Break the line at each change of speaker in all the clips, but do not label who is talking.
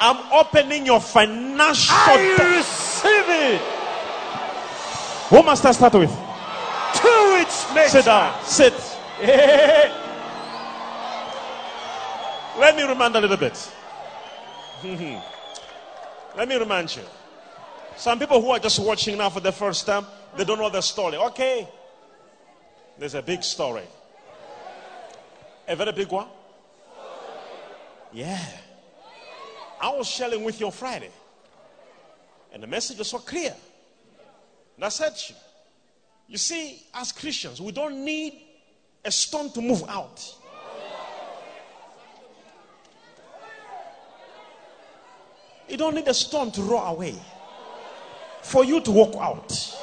I'm opening your financial door.
I receive it
Who must I start with?
to its measure.
Sit down. Sit. Let me remind a little bit. Let me remind you. Some people who are just watching now for the first time, they don't know the story. Okay. There's a big story. A very big one? Yeah. I was sharing with you on Friday. And the message was so clear. And I said to you, you see, as Christians, we don't need a stone to move out. You don't need a stone to roll away for you to walk out.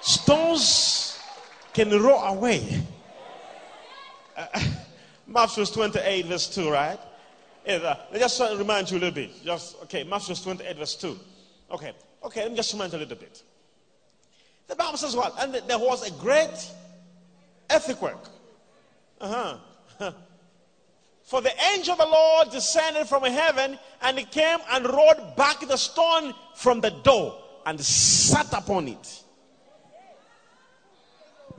Stones can roll away. Uh, Matthew 28, verse 2, right? Yeah, that- I just want to remind you a little bit. Just okay, Matthew 28, verse 2. Okay, okay, let me just remind you a little bit. The Bible says what? And there was a great earthquake. Uh huh. For the angel of the Lord descended from heaven and he came and rolled back the stone from the door and sat upon it.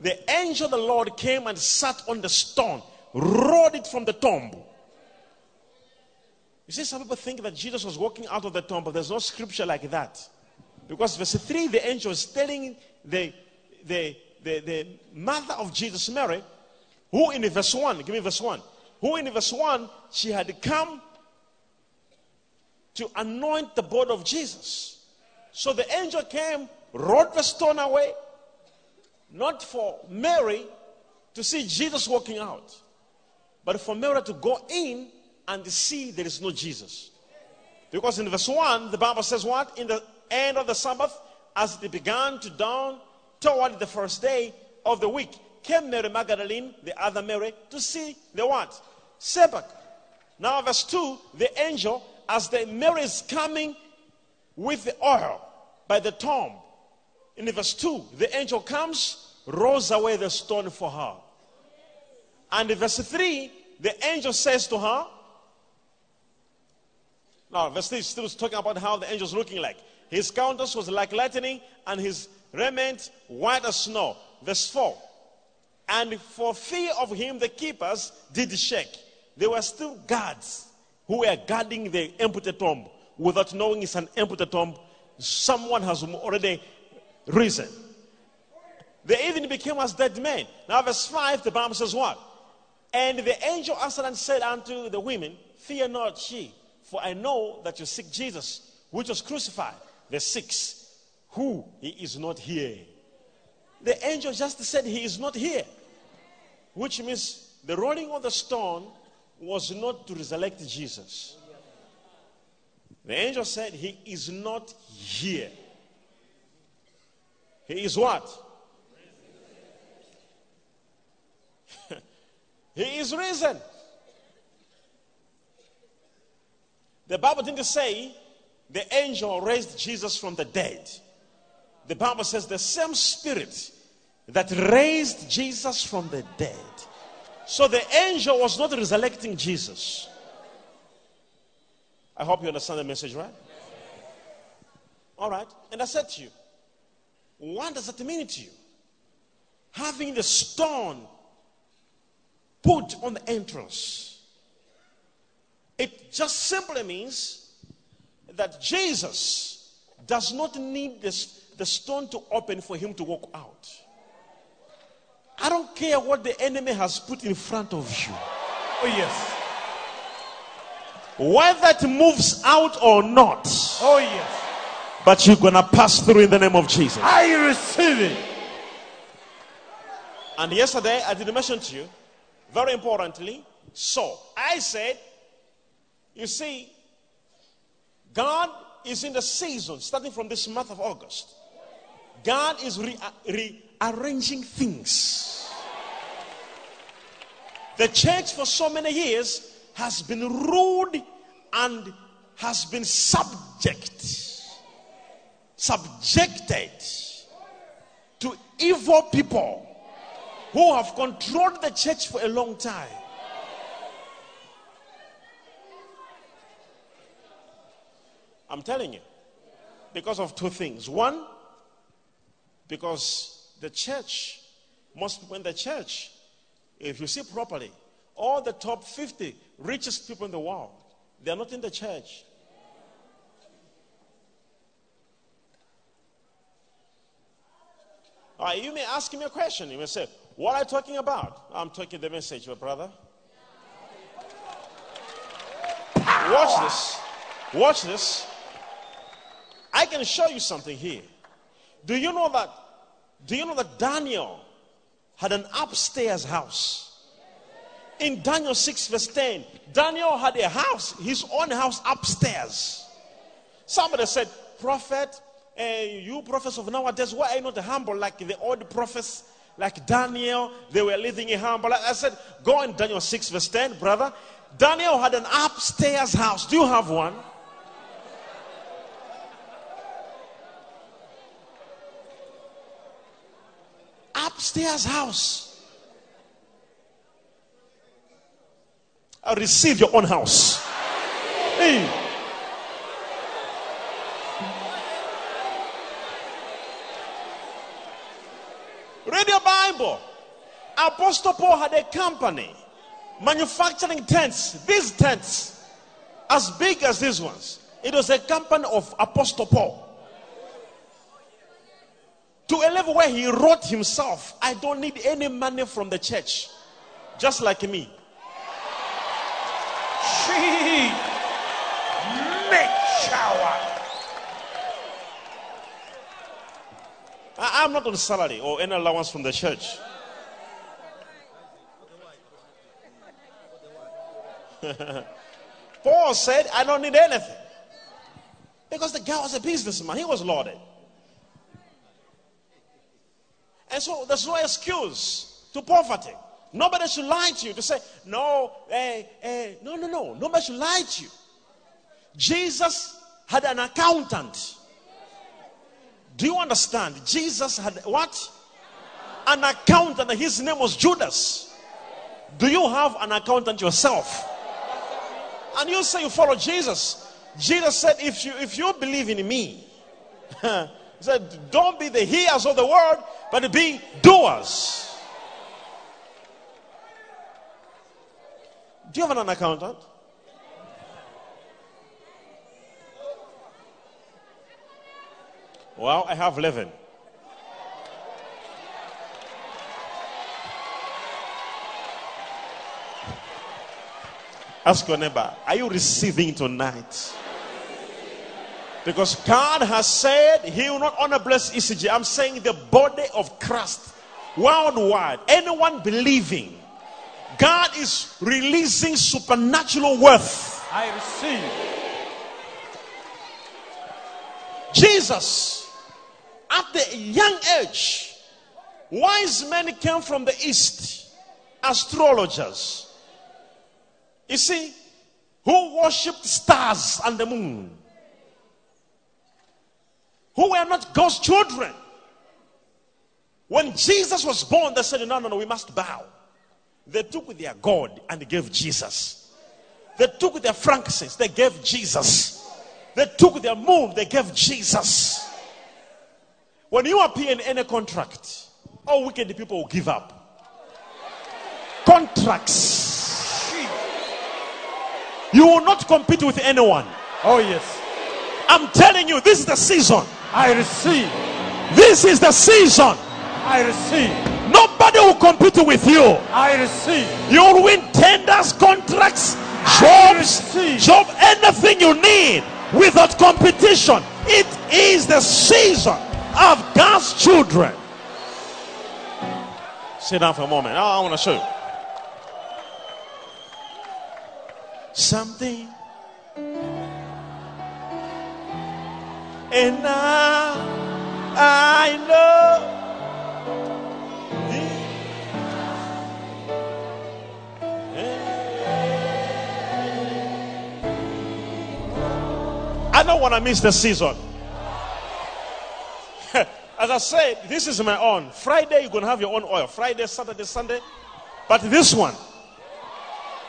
The angel of the Lord came and sat on the stone, rolled it from the tomb. You see, some people think that Jesus was walking out of the tomb, but there's no scripture like that. Because verse 3, the angel is telling the, the, the, the mother of Jesus, Mary, who in verse 1, give me verse 1, who in verse 1, she had come to anoint the body of Jesus. So the angel came, rolled the stone away, not for Mary to see Jesus walking out, but for Mary to go in and see there is no Jesus. Because in verse 1, the Bible says, What? In the end of the Sabbath, as it began to dawn toward the first day of the week, came Mary Magdalene, the other Mary, to see the what? Sepulchre. Now, verse 2, the angel, as the Mary is coming with the oil by the tomb, in verse 2, the angel comes, rolls away the stone for her. And in verse 3, the angel says to her, now, verse 3 is still talking about how the angel's looking like. His countenance was like lightning, and his raiment white as snow. Verse 4. And for fear of him, the keepers did shake. There were still guards who were guarding the empty tomb without knowing it's an empty tomb. Someone has already risen. They even became as dead men. Now, verse 5, the Bible says what? And the angel answered and said unto the women, Fear not ye, for I know that you seek Jesus, which was crucified. Verse 6, who he is not here. The angel just said he is not here, which means the rolling of the stone was not to resurrect Jesus. The angel said he is not here. He is what? he is risen. The Bible didn't say the angel raised Jesus from the dead. The Bible says the same spirit that raised Jesus from the dead. So the angel was not resurrecting Jesus. I hope you understand the message, right? All right. And I said to you, what does that mean to you? Having the stone put on the entrance. It just simply means that Jesus does not need this, the stone to open for him to walk out. I don't care what the enemy has put in front of you.
Oh, yes.
Whether it moves out or not,
Oh, yes.
but you're gonna pass through in the name of Jesus.
I receive it.
And yesterday I did mention to you, very importantly, so I said, you see, God is in the season, starting from this month of August. God is re- rearranging things. The church for so many years has been ruled and has been subject, subjected to evil people who have controlled the church for a long time. I'm telling you. Because of two things. One, because the church must, when the church, if you see properly, all the top 50 richest people in the world, they are not in the church. All right, you may ask me a question. You may say, What are you talking about? I'm talking the message, my brother. Watch this. Watch this. I can show you something here. Do you know that? Do you know that Daniel had an upstairs house? In Daniel 6, verse 10, Daniel had a house, his own house upstairs. Somebody said, Prophet, eh, you prophets of nowadays, why are you not humble like the old prophets? Like Daniel, they were living in humble. I said, Go in Daniel 6, verse 10, brother. Daniel had an upstairs house. Do you have one? upstairs house. I receive your own house. Hey. Read your Bible. Apostle Paul had a company manufacturing tents, these tents, as big as these ones. It was a company of Apostle Paul to a level where he wrote himself, I don't need any money from the church, just like me.
She make shower.
I, am not on salary or any allowance from the church. Paul said, I don't need anything. Because the guy was a businessman, he was lauded. And so there's no excuse to poverty. Nobody should lie to you to say, no, eh, eh, no, no, no. Nobody should lie to you. Jesus had an accountant. Do you understand? Jesus had what? An accountant. His name was Judas. Do you have an accountant yourself? And you say you follow Jesus. Jesus said, if you, if you believe in me, He said, Don't be the hearers of the word, but be doers. Do you have an accountant? Well, I have 11. Ask your neighbor, are you receiving tonight? Because God has said He will not honor bless ECG. I'm saying the body of Christ worldwide, anyone believing, God is releasing supernatural worth.
I receive.
Jesus, at the young age, wise men came from the east, astrologers. You see, who worshipped stars and the moon. who were not God's children. When Jesus was born, they said, No, no, no, we must bow. They took their God and they gave Jesus. They took their frankincense, they gave Jesus. They took their moon, they gave Jesus. When you appear in any contract, all wicked people will give up. Contracts. You will not compete with anyone.
Oh yes.
I'm telling you, this is the season.
I receive.
This is the season.
I receive.
Nobody will compete with you.
I receive.
You will win tenders, contracts, jobs,
receive.
job, anything you need without competition. It is the season of God's children. Sit down for a moment. I want to show you something. And now I know. I don't want to miss the season. As I said, this is my own. Friday, you're going to have your own oil. Friday, Saturday, Sunday. But this one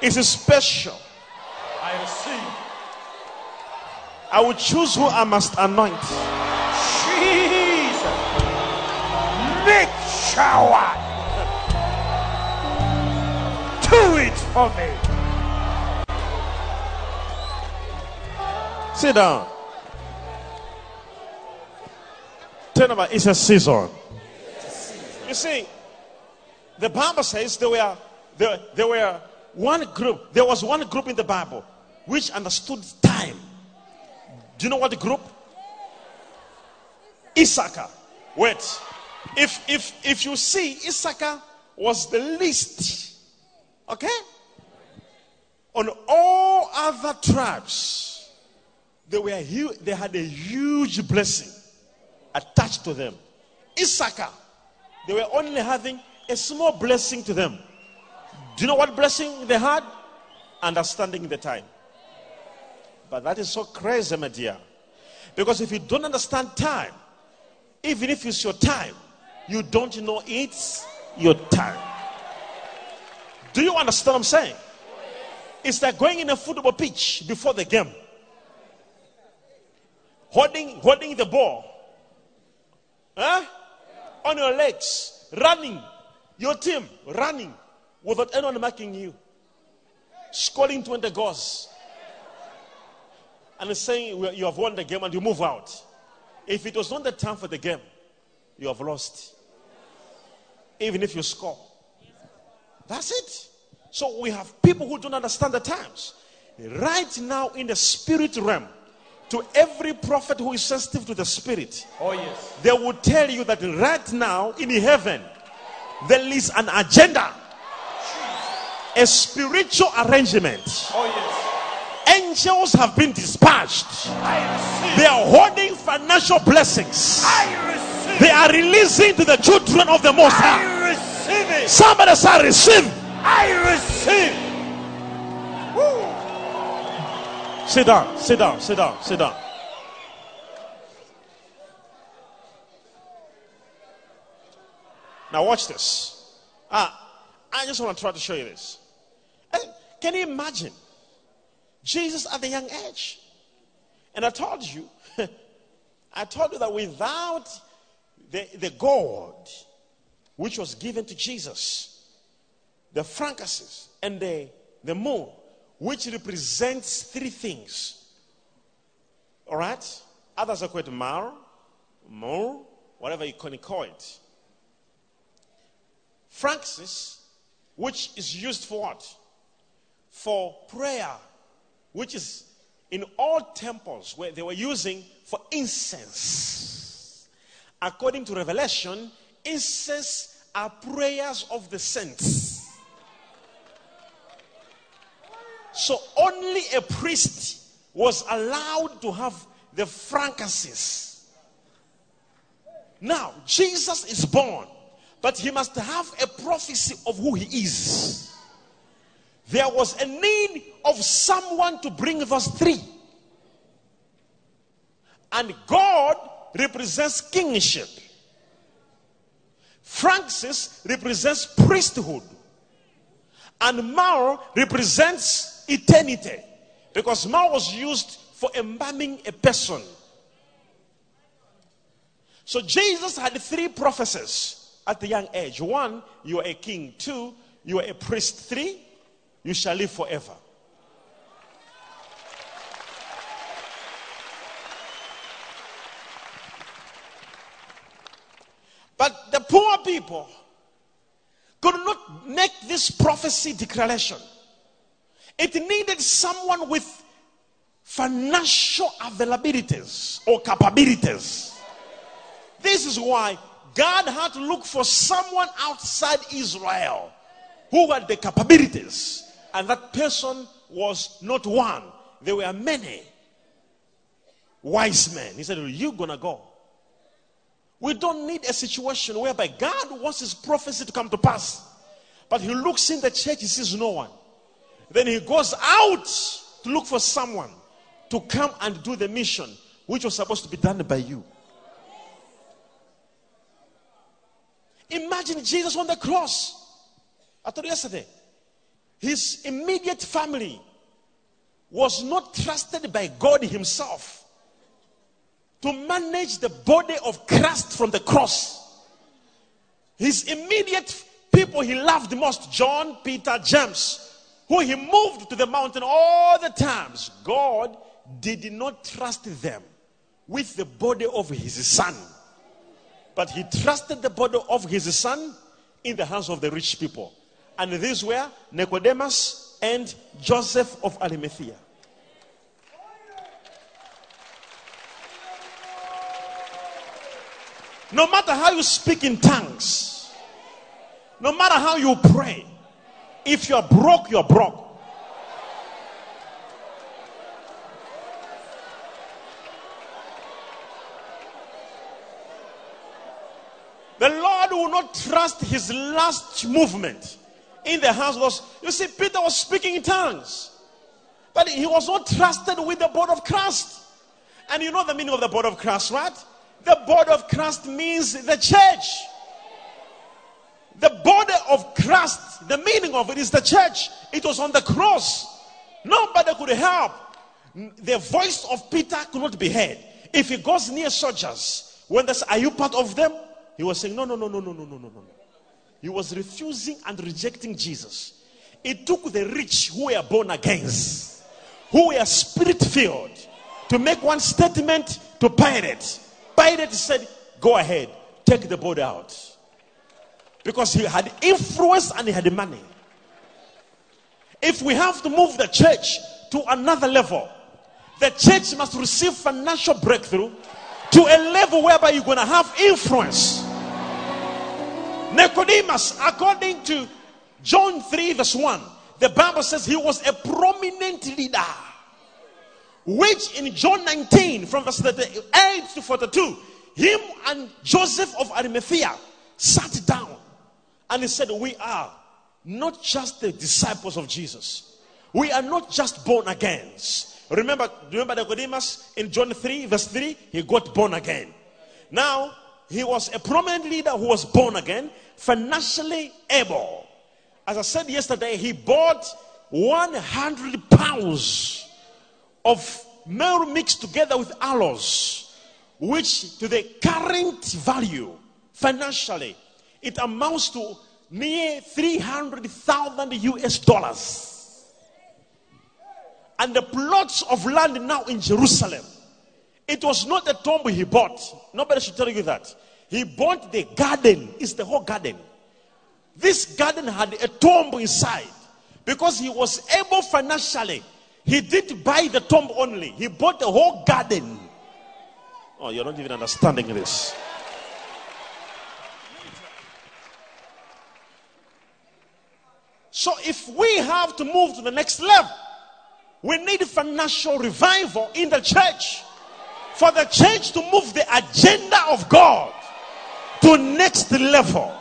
is special.
I receive.
I I will choose who I must anoint.
Jesus. Make shower. Do it for me.
Sit down. Turn about. It's a season. You see, the Bible says there were there, there were one group. There was one group in the Bible which understood time. Do you know what the group? Issachar. Wait. If if if you see Issachar was the least, okay? On all other tribes, they were hu- they had a huge blessing attached to them. Issachar, they were only having a small blessing to them. Do you know what blessing they had? Understanding the time. But that is so crazy, my dear. Because if you don't understand time, even if it's your time, you don't know it's your time. Do you understand what I'm saying? It's like going in a football pitch before the game, holding, holding the ball huh? on your legs, running, your team running without anyone marking you, scoring 20 goals, and saying "Well, you have won the game and you move out. If it was not the time for the game, you have lost, even if you score. That's it. So we have people who don't understand the times. Right now, in the spirit realm, to every prophet who is sensitive to the spirit,
Oh, yes.
they will tell you that right now in heaven there is an agenda a spiritual arrangement
Oh, yes.
angels have been dispatched
I receive.
they are holding financial blessings
I receive.
they are releasing to the children of the most high
I receive it.
somebody say receive
I receive. Woo.
Uh. sit down sit down sit down sit down now watch this ah i just want to try to show you this Eh, Can you imagine? Jesus at the young age. And I told you, I told you that without the, the gold which was given to Jesus, the frankincense and the, the moon, which represents three things. All right? Others are called mar, mor, whatever you can call it. Frankincense, which is used for what? for prayer, which is in all temples where they were using for incense. According to Revelation, incense are prayers of the saints. So only a priest was allowed to have the frankincense. Now, Jesus is born, but he must have a prophecy of who he is there was a need of someone to bring those three. And God represents kingship. Francis represents priesthood. And Mao represents eternity. Because Mao was used for embalming a person. So Jesus had three prophecies at the young age. One, you are a king. Two, you are a priest. Three, you shall live forever. But the poor people could not make this prophecy declaration. It needed someone with financial availabilities or capabilities. This is why God had to look for someone outside Israel who had the capabilities. And that person was not one, there were many wise men. He said, You're going to go. We don't need a situation whereby God wants his prophecy to come to pass. But he looks in the church, he sees no one. Then he goes out to look for someone to come and do the mission which was supposed to be done by you. Imagine Jesus on the cross. I told you yesterday. His immediate family was not trusted by God Himself to manage the body of Christ from the cross. His immediate people he loved the most, John, Peter, James, who he moved to the mountain all the times, God did not trust them with the body of his son. But he trusted the body of his son in the hands of the rich people. And these were Nicodemus and Joseph of Arimathea. No matter how you speak in tongues, no matter how you pray, if you are broke, you are broke. The Lord will not trust his last movement in the hands of those. You see, Peter was speaking in tongues, but he was not trusted with the body of Christ. And you know the meaning of the body of Christ, right? The body of Christ means the church. The body of Christ, the meaning of it is the church. It was on the cross. Nobody could help. The voice of Peter could not be heard. If he goes near soldiers, when they say, Are you part of them? He was saying, No, no, no, no, no, no, no, no, no. He was refusing and rejecting Jesus. It took the rich who were born against, who were spirit filled, to make one statement to Pilate. Pilate said, Go ahead, take the body out. Because he had influence and he had money. If we have to move the church to another level, the church must receive financial breakthrough to a level whereby you're going to have influence. Nicodemus, according to John 3, verse 1, the Bible says he was a prominent leader. Which in John 19, from verse 38 to 42, him and Joseph of Arimathea sat down and he said, We are not just the disciples of Jesus, we are not just born again. Remember, remember Nicodemus in John 3, verse 3, he got born again. Now, he was a prominent leader who was born again, financially able. As I said yesterday, he bought 100 pounds of meal mixed together with aloes, which to the current value financially, it amounts to near 300,000 US dollars and the plots of land now in Jerusalem. It was not the tomb he bought. Nobody should tell you that. He bought the garden. It's the whole garden. This garden had a tomb inside because he was able financially. He did buy the tomb only. He bought the whole garden. Oh, you're not even understanding this. So, if we have to move to the next level, we need financial revival in the church for the church to move the agenda of God to next level.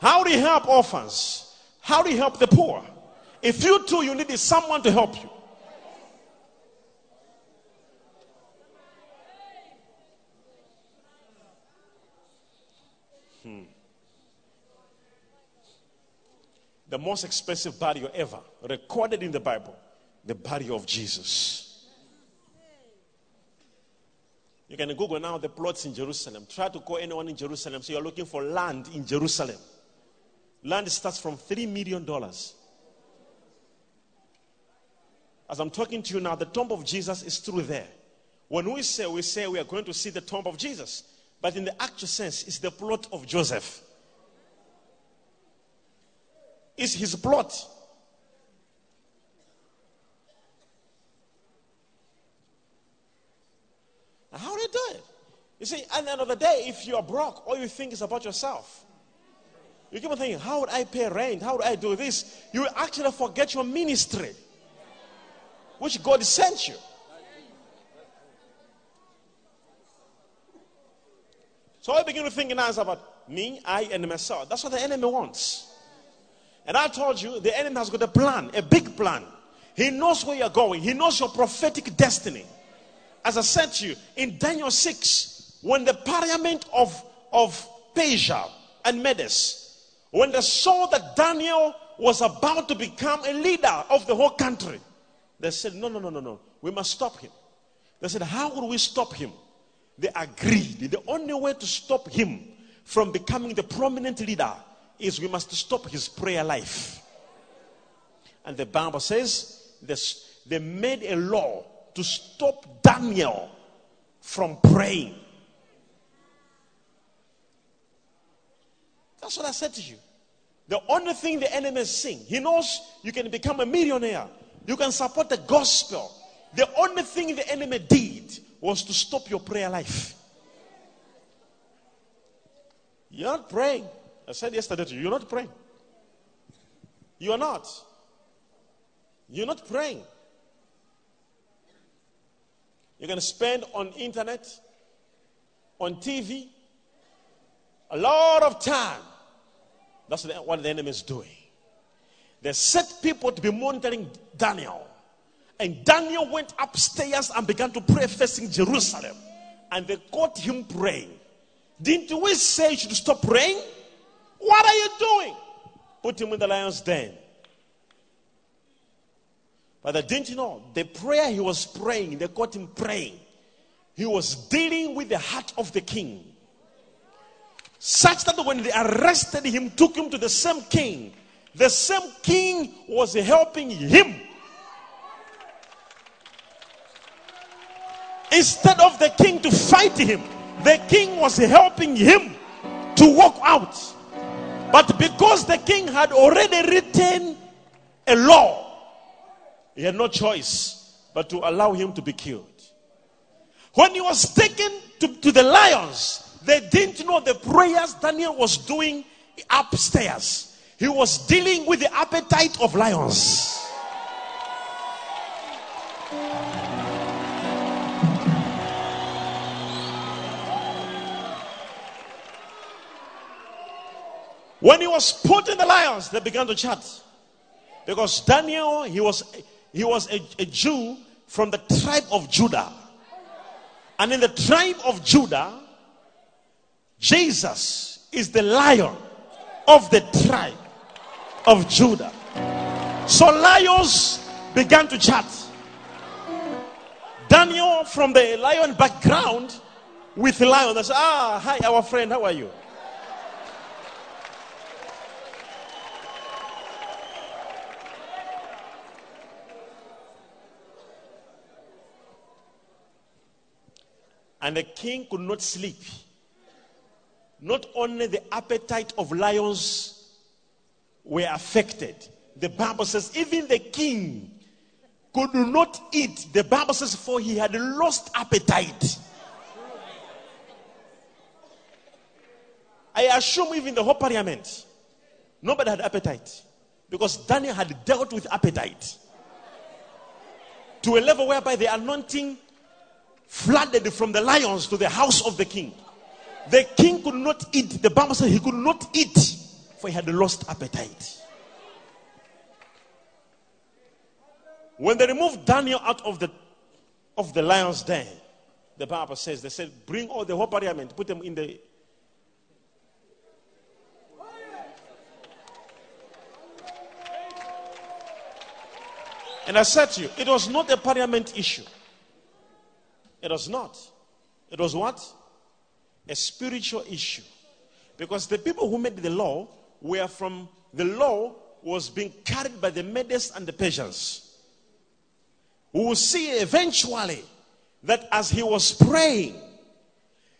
How do you help orphans? How do you help the poor? If you too, you need someone to help you. Hmm. the most expensive burial ever recorded in the Bible, the burial of Jesus. You can Google now the plots in Jerusalem. Try to call anyone in Jerusalem. So you're looking for land in Jerusalem. Land starts from $3 million. As I'm talking to you now, the tomb of Jesus is through there. When we say we say we are going to see the tomb of Jesus, but in the actual sense, it's the plot of Joseph is his plot. Now, how do you do it? You see, at the end of the day, if you are broke, all you think is about yourself. You keep on thinking, how would I pay rent? How would I do this? You actually forget your ministry, which God sent you. So I begin to think now it's about me, I, and myself. That's what the enemy wants. And I told you, the enemy has got a plan, a big plan. He knows where you're going, he knows your prophetic destiny. As I said to you, in Daniel 6, when the parliament of, of Persia and Medes, when they saw that Daniel was about to become a leader of the whole country, they said, No, no, no, no, no. We must stop him. They said, How would we stop him? They agreed. The only way to stop him from becoming the prominent leader is we must stop his prayer life. And the Bible says this, they made a law to stop Daniel from praying. That's what I said to you. The only thing the enemy is seeing, he knows you can become a millionaire, you can support the gospel. The only thing the enemy did was to stop your prayer life. You're not praying. I said yesterday to you, you're not praying. You're not. You're not praying. You can spend on internet, on TV, a lot of time. That's what the enemy is doing. They set people to be monitoring Daniel. And Daniel went upstairs and began to pray facing Jerusalem. And they caught him praying. Didn't we say you should stop praying? What are you doing? Put him in the lion's den. But they didn't know the prayer he was praying, they caught him praying. He was dealing with the heart of the king. Such that when they arrested him, took him to the same king, the same king was helping him. Instead of the king to fight him, the king was helping him to walk out. But because the king had already written a law, he had no choice but to allow him to be killed. When he was taken to, to the lions, they didn't know the prayers Daniel was doing upstairs. He was dealing with the appetite of lions. When he was put in the lions, they began to chat. Because Daniel, he was he was a, a Jew from the tribe of Judah. And in the tribe of Judah, Jesus is the lion of the tribe of Judah. So lions began to chat. Daniel from the lion background with the lion. That's ah, hi, our friend, how are you? And the king could not sleep. Not only the appetite of lions were affected, the Bible says, even the king could not eat. The Bible says, for he had lost appetite. I assume even the whole parliament, nobody had appetite because Daniel had dealt with appetite to a level whereby the anointing flooded from the lions to the house of the king. The king could not eat. The Bible said he could not eat, for he had lost appetite. When they removed Daniel out of the of the lion's den, the Bible says they said, "Bring all the whole parliament, put them in the." And I said to you, it was not a parliament issue. It was not. It was what? A spiritual issue. Because the people who made the law were from the law was being carried by the Medes and the Persians. We will see eventually that as he was praying,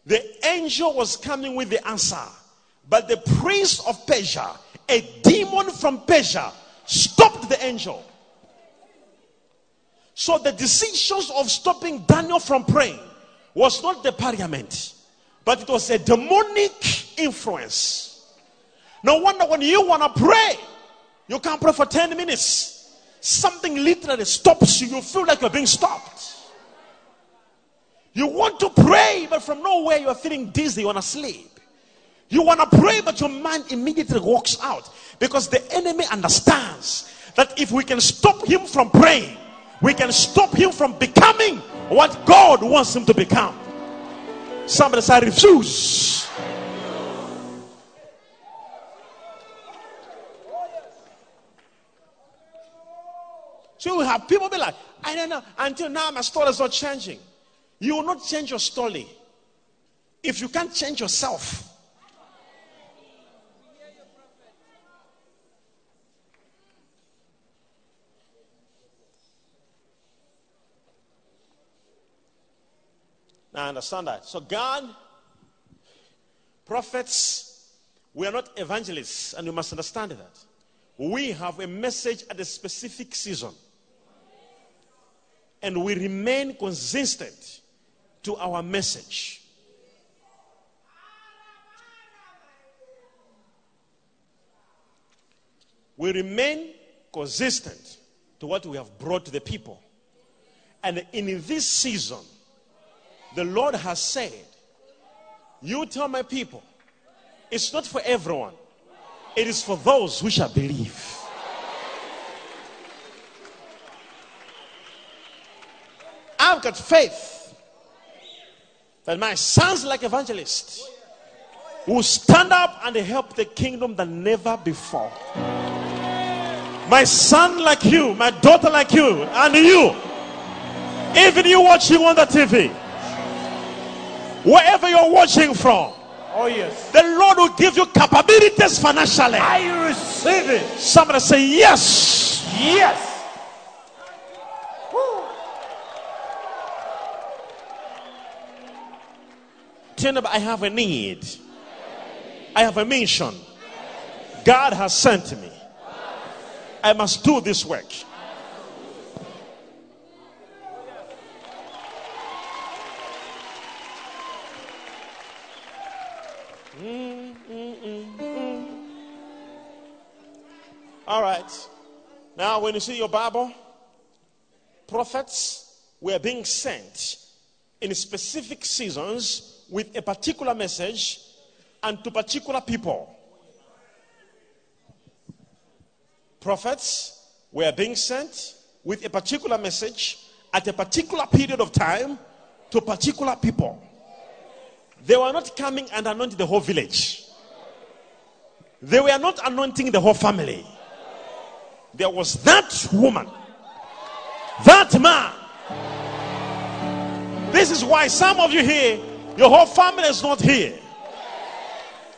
the angel was coming with the answer. But the prince of Persia, a demon from Persia, stopped the angel. So the decisions of stopping Daniel from praying was not the parliament, but it was a demonic influence. No wonder when you want to pray, you can't pray for 10 minutes. Something literally stops you. You feel like you're being stopped. You want to pray, but from nowhere you are feeling dizzy, you want to sleep. You want to pray, but your mind immediately walks out because the enemy understands that if we can stop him from praying, we can stop him from becoming what God wants him to become. Somebody say, refuse. So you have people be like, I don't know, until now my story is not changing. You will not change your story if you can't change yourself. Now, I understand that. So, God, prophets, we are not evangelists, and you must understand that. We have a message at a specific season, and we remain consistent to our message. We remain consistent to what we have brought to the people. And in this season, the Lord has said, You tell my people, it's not for everyone, it is for those who shall believe. I've got faith that my sons, like evangelists, will stand up and help the kingdom than never before. My son, like you, my daughter, like you, and you, even you watching on the TV wherever you're watching from.
Oh, yes.
The Lord will give you capabilities financially.
I receive it.
Somebody say yes.
Yes. Woo.
Tell them, I have a need. I have a mission. God has sent me. I must do this work. All right. Now, when you see your Bible, prophets were being sent in specific seasons with a particular message and to particular people. Prophets were being sent with a particular message at a particular period of time to particular people. They were not coming and anointing the whole village. They were not anointing the whole family there was that woman, that man. This is why some of you here, your whole family is not here.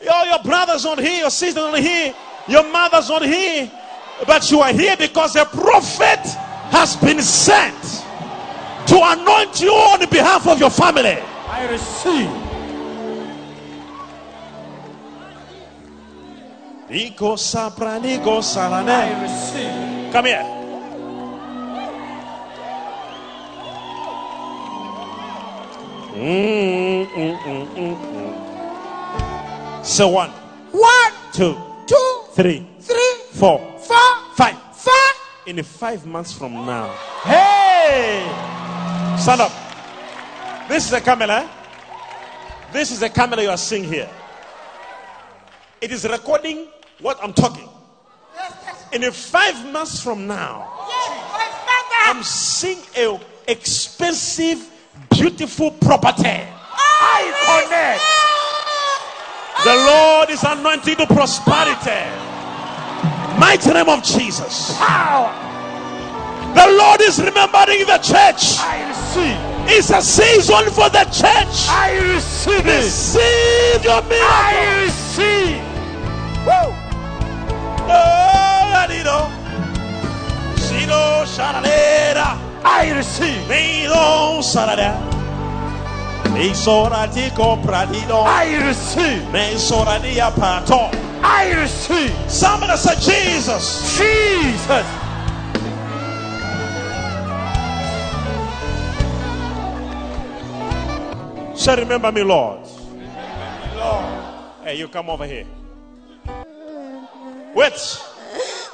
Your, your brother's not here, your sister's not here, your mother's not here, but you are here because a prophet has been sent to anoint you on behalf of your family.
I receive.
Nico Sapra, Nico Salane.
I receive.
Come here. Mm, So one,
One,
two,
two,
three,
three,
four,
four,
five.
five.
In five months from now,
Hey!
stand up. This is a camel, eh? This is a camel you are seeing here. It is recording what I'm talking. In five months from now, I'm seeing a expensive, beautiful property.
I connect.
The Lord is anointing to prosperity. Mighty name of Jesus.
Power.
The Lord is remembering the church.
I receive.
It's a season for the church.
I receive it.
Receive your miracle.
I receive. Woo!
Oh, Ladido. Sido Sharadera.
I receive.
Nido Sarada. Isoratico Pradido.
I receive.
Mesoradia Pato.
I receive.
Somebody say Jesus.
Jesus.
Say, remember me, Lord. Hey, you come over here. Wait.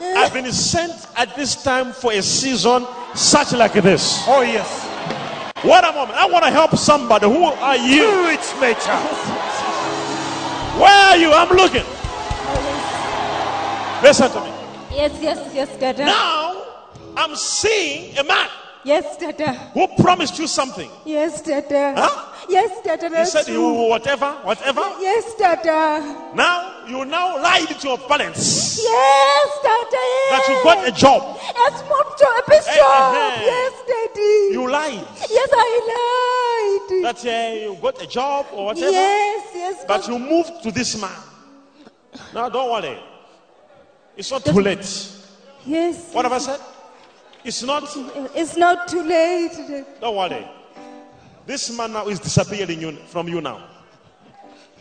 I've been sent at this time for a season such like this.
Oh, yes.
What a moment. I want to help somebody. Who are you?
Do it, Maker.
Where are you? I'm looking. Listen to me.
Yes, yes, yes, Dada.
Now, I'm seeing a man
Yes, Dada.
who promised you something.
Yes, Dada.
Huh?
Yes, Dada.
He
That's
said, you
true.
whatever, whatever.
Yes, Dada.
Now, you now lied to your parents
Yes, Dada. Yes.
that you got a job.
a small job, a big
Hey,
job.
hey, hey.
Yes, lied.
You lied
Yes, I lied.
that uh, you got a job or whatever,
Yes, yes.
but you moved to this man. Now, don't worry. It's not too late.
yes.
What have I said? It's not.
It's not too late.
Don't worry. This man now is disappearing you, from you now.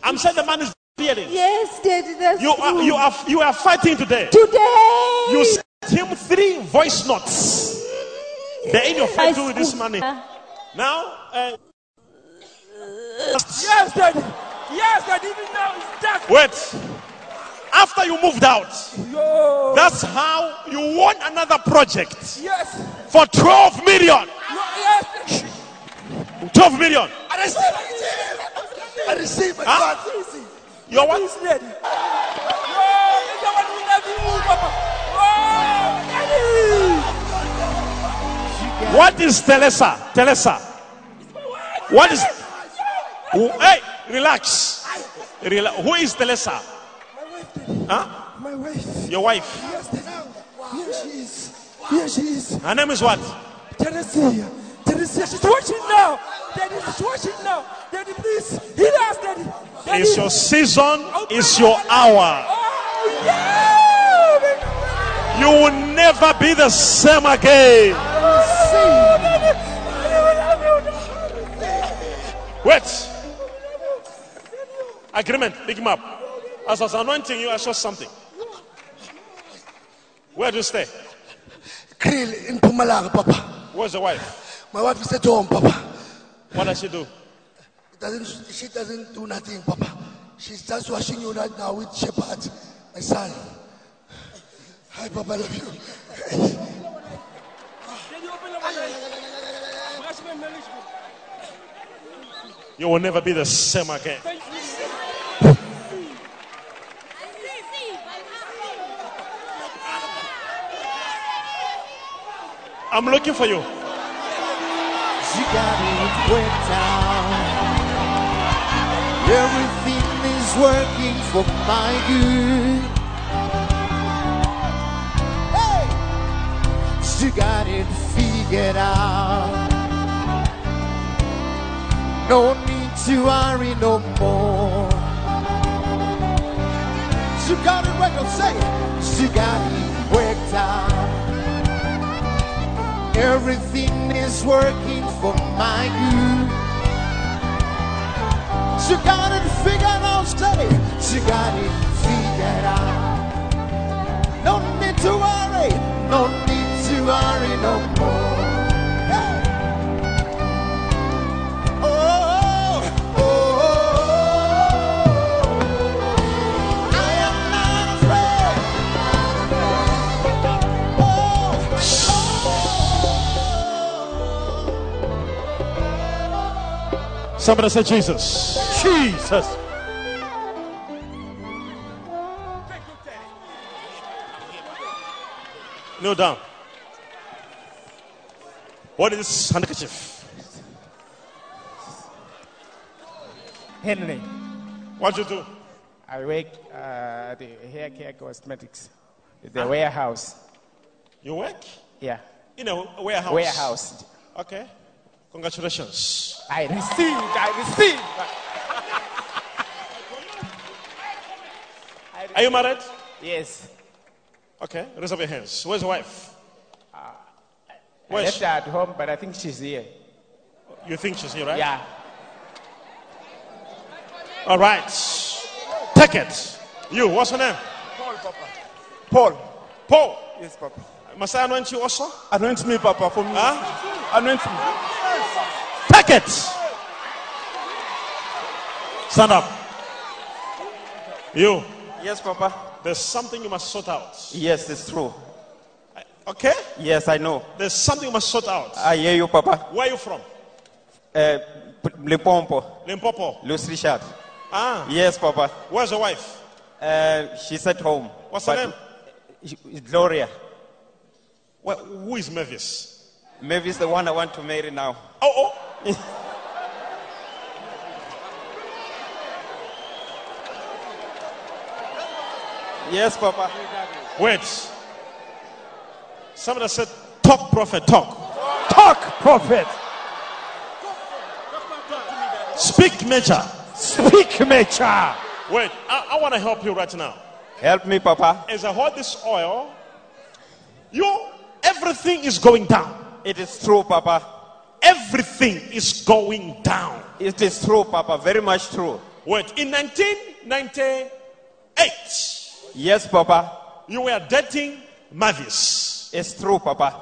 I'm saying the man is disappearing.
Yes, Daddy, that's
You are,
true.
you are, you are fighting today.
Today.
You sent him three voice notes. The end of fight with this money. Now, uh,
Yes, Daddy. Yes, Daddy. Even now it's dark.
wait. After you moved out,
Yo.
that's how you won another project
Yes.
for 12 million.
Yo, yes.
12 million.
I receive it. I receive it.
Huh?
God, receive.
You're what?
This lady. Yo, it's the one who love you, Papa. Oh, Daddy.
What is Telesa? Telesa. What is. Who- Hey, relax. Rela- Who is Telesa?
My wife, Daddy.
Huh?
My wife.
Your wife.
Yes, Daddy. Here she is. Here she is.
Her name is what?
Tennessee. Tennessee. She's watching now. Daddy, she's watching now. Daddy, please. Heal us, Daddy. Daddy.
It's your season, it's your hour.
Oh, yeah. Daddy.
You will never be the same again.
Oh, Daddy. Daddy, we love you.
Wait. Agreement. Pick him up. As I was anointing you, I saw something. Where do you stay?
Krill in Pumalanga, Papa.
Where's the wife?
My wife is at home, Papa.
What does she do?
It doesn't, she doesn't do nothing, Papa. She's just washing you right now with Shepherd, my son. Hi, Papa, I love you.
Daddy, open up my eyes. Wash my marriage.
You will never be the same again.
Thank you.
I'm looking for you.
You gotta break down. Everything is working for my good. Hey! You got it figured out. No need to worry no more. You got it right, say it. You got it worked out. Everything is working for my good. She got it figured out, steady. She got it figured out. No need to worry, no need to worry no more. Hey. Oh, oh, oh. I am not afraid.
Somebody say Jesus.
Jesus.
Kneel down. What is this handkerchief?
Henry,
What you do?
I work uh, at the hair care cosmetics, the warehouse.
You work
Yeah,
in a warehouse.
warehouse.
Okay. Congratulations.
I received, I received.
Are you married?
Yes,
Okay. Raise up your hands. Where's your wife?
Uh, I
Where's
left
she?
her at home, but I think she's here.
You think she's here, right?
Yeah,
All right. Take it. You, what's her name?
Paul, Papa. Paul.
Paul.
Yes, Papa.
Must I anoint you also?
Anoint me, Papa, for me.
Huh?
Anoint me.
Take it. Stand up. You,
Yes, Papa.
there's something you must sort out.
Yes, it's true.
Okay?
Yes, I know.
There's something you must sort out.
I hear you, Papa.
Where are you from?
Uh, Le Pompo,
Limpopo.
Luce Richard.
Ah,
Yes, Papa.
where's your wife?
Uh, she's at home.
What's her
But-
name?
She- Gloria.
Well, who is Mavis?
Maybe it's the one I want to marry now.
Oh, oh.
Yes, Papa.
Wait. Somebody said, talk, prophet, talk. Talk.
Talk, prophet.
Speak nature.
Speak, Mecha.
Wait, I, I want to help you right now.
Help me, Papa.
As I hold this oil, you everything is going down.
It is true, Papa.
Everything is going down.
It is true, Papa. Very much true.
Wait, in 1998,
Yes, Papa.
you were dating Mavis.
It's true, Papa.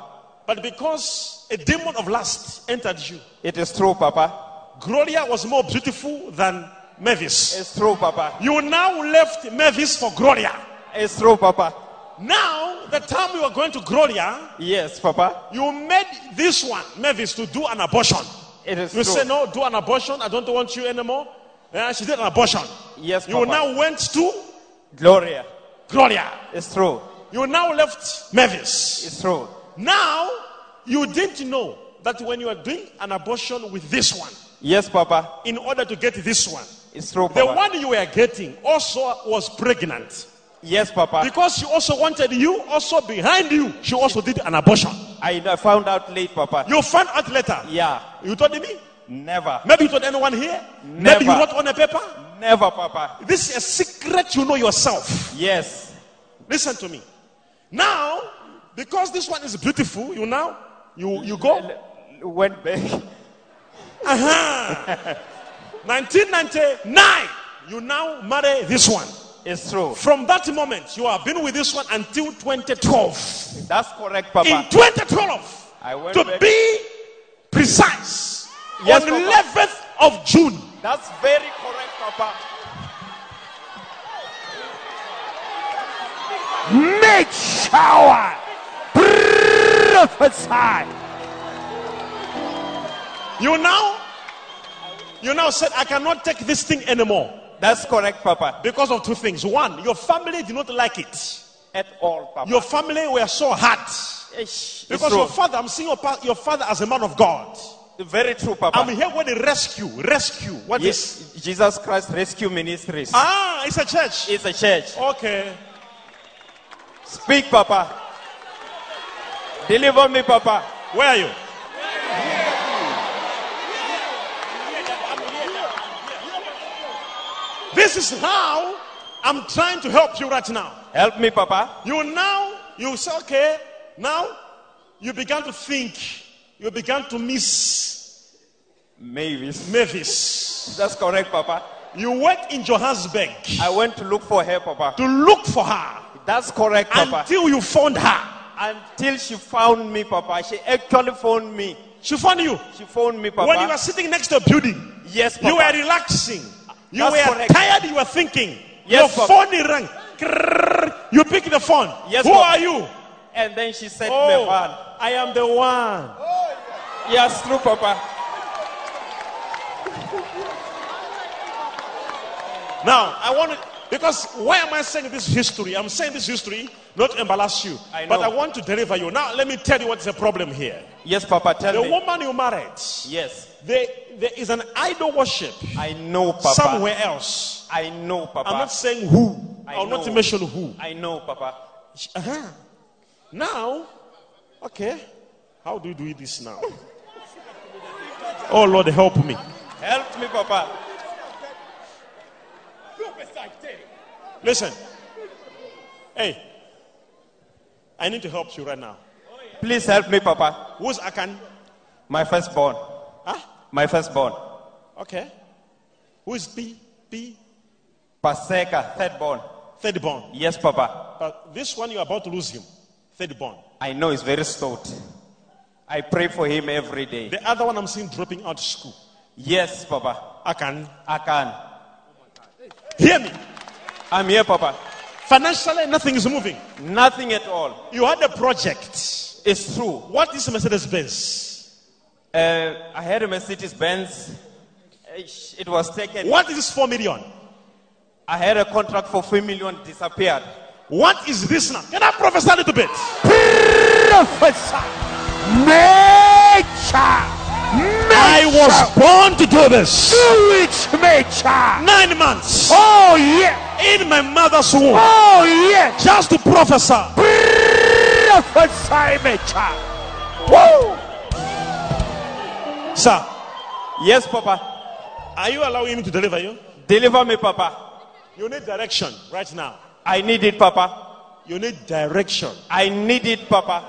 But because a demon of lust entered you,
It is true, Papa.
Gloria was more beautiful than Mavis.
It's true, Papa.
You now left Mavis for Gloria.
It's true, Papa.
Now, the time you were going to Gloria,
Yes, Papa.
you made this one, Mavis, to do an abortion.
It is
You
true.
say, No, do an abortion. I don't want you anymore. And she did an abortion.
Yes,
You
Papa.
now went to
Gloria.
Gloria.
It's true.
You now left Mavis.
It's true.
Now you didn't know that when you are doing an abortion with this one,
Yes, Papa.
in order to get this one,
It's true,
the
Papa.
one you were getting also was pregnant
Yes, Papa.
because she also wanted you, also behind you, she also did an abortion.
I I found out late, Papa.
You found out later.
Yeah.
You told me?
Never.
Maybe you told anyone here? Maybe you
Never.
wrote on a paper?
Never, Papa.
This is a secret you know yourself.
Yes.
Listen to me. Now, because this one is beautiful, you now, you, you go.
Went back.
Uh-huh. 1999, you now marry this one.
It's true.
From that moment, you have been with this one until 2012.
That's correct,
In
Papa.
2012,
I went
to
back.
be precise,
Yes,
on
Papa.
11th of June,
That's very correct, Papa.
Make shower. Prophesy.
you now, you now said, I cannot take this thing anymore
That's correct, Papa.
because of two things. One, your family did not like it.
At all, Papa.
Your family were so hard.
Ish. It's
Because your
true.
father, I'm seeing your, pa- your father as a man of God.
Very true, Papa.
I'm here with the rescue, rescue. What is?
yes. Jesus Christ Rescue Ministries.
Ah, it's a church.
It's a church.
Okay.
Speak, Papa. Deliver me, Papa.
Where are you? This is how I'm trying to help you right now.
Help me, Papa.
You now, you say, okay, now you began to think, you began to miss
Mavis.
Mavis.
That's correct, Papa.
You went in Johannesburg
I went to look for her, Papa.
to look for her
That's correct, Papa.
until you found her.
Until she found me, Papa. She actually phoned me.
She found you
She phoned me, Papa.
when you were sitting next to a building.
yes, Papa.
You were relaxing. You
That's
were
correct.
tired. You were thinking.
Yes,
Your
Papa.
phone rang. Krrrr. You pick the phone.
Yes,
Who
Papa.
are you?
and then she said,
Oh,
Mevan.
I am the one.
Yes, true, Papa.
Now I want to, because why am I saying this history? I'm saying this history not to embarrass you,
I know.
but I want to deliver you. Now let me tell you what's the problem here.
Yes, Papa. Tell
The
me.
woman you married,
Yes.
there, there is an idol worship
I know, Papa.
somewhere else.
I know, Papa.
I'm not saying who.
I
I'll not
know.
mention who.
I know, Papa.
Uh-huh. Now, okay, how do you do this now? oh Lord, help me.
Help me, Papa.
Listen, hey, I need to help you right now.
Please help me, Papa.
Who's Akan?
My firstborn.
Huh?
My firstborn.
Okay. Who is P? P?
Paseka, thirdborn.
Third born.
Yes, Papa.
But this one you're about to lose him. Third born.
I know he's very stout. I pray for him every day.
The other one I'm seeing dropping out of school.
Yes, Papa.
Akan.
I can.
Hear me.
I'm here, Papa.
Financially, nothing is moving.
Nothing at all.
You had a project.
It's true.
What is Mercedes Benz?
Uh, I had a Mercedes Benz. It was taken.
What is this 4 million?
I had a contract for 3 million disappeared.
What is this now? Can I prophesy a little bit?
Prophesy. Mecha.
I was born to do this.
Do it, Mecha.
Nine months
Oh, yeah.
in my mother's womb,
Oh, yeah.
just to prophesy.
Prophesy, Mecha. Woo.
Sir,
Yes, Papa.
are you allowing him to deliver you?
Deliver me, Papa.
You need direction right now.
I need it, Papa.
You need direction.
I need it, Papa.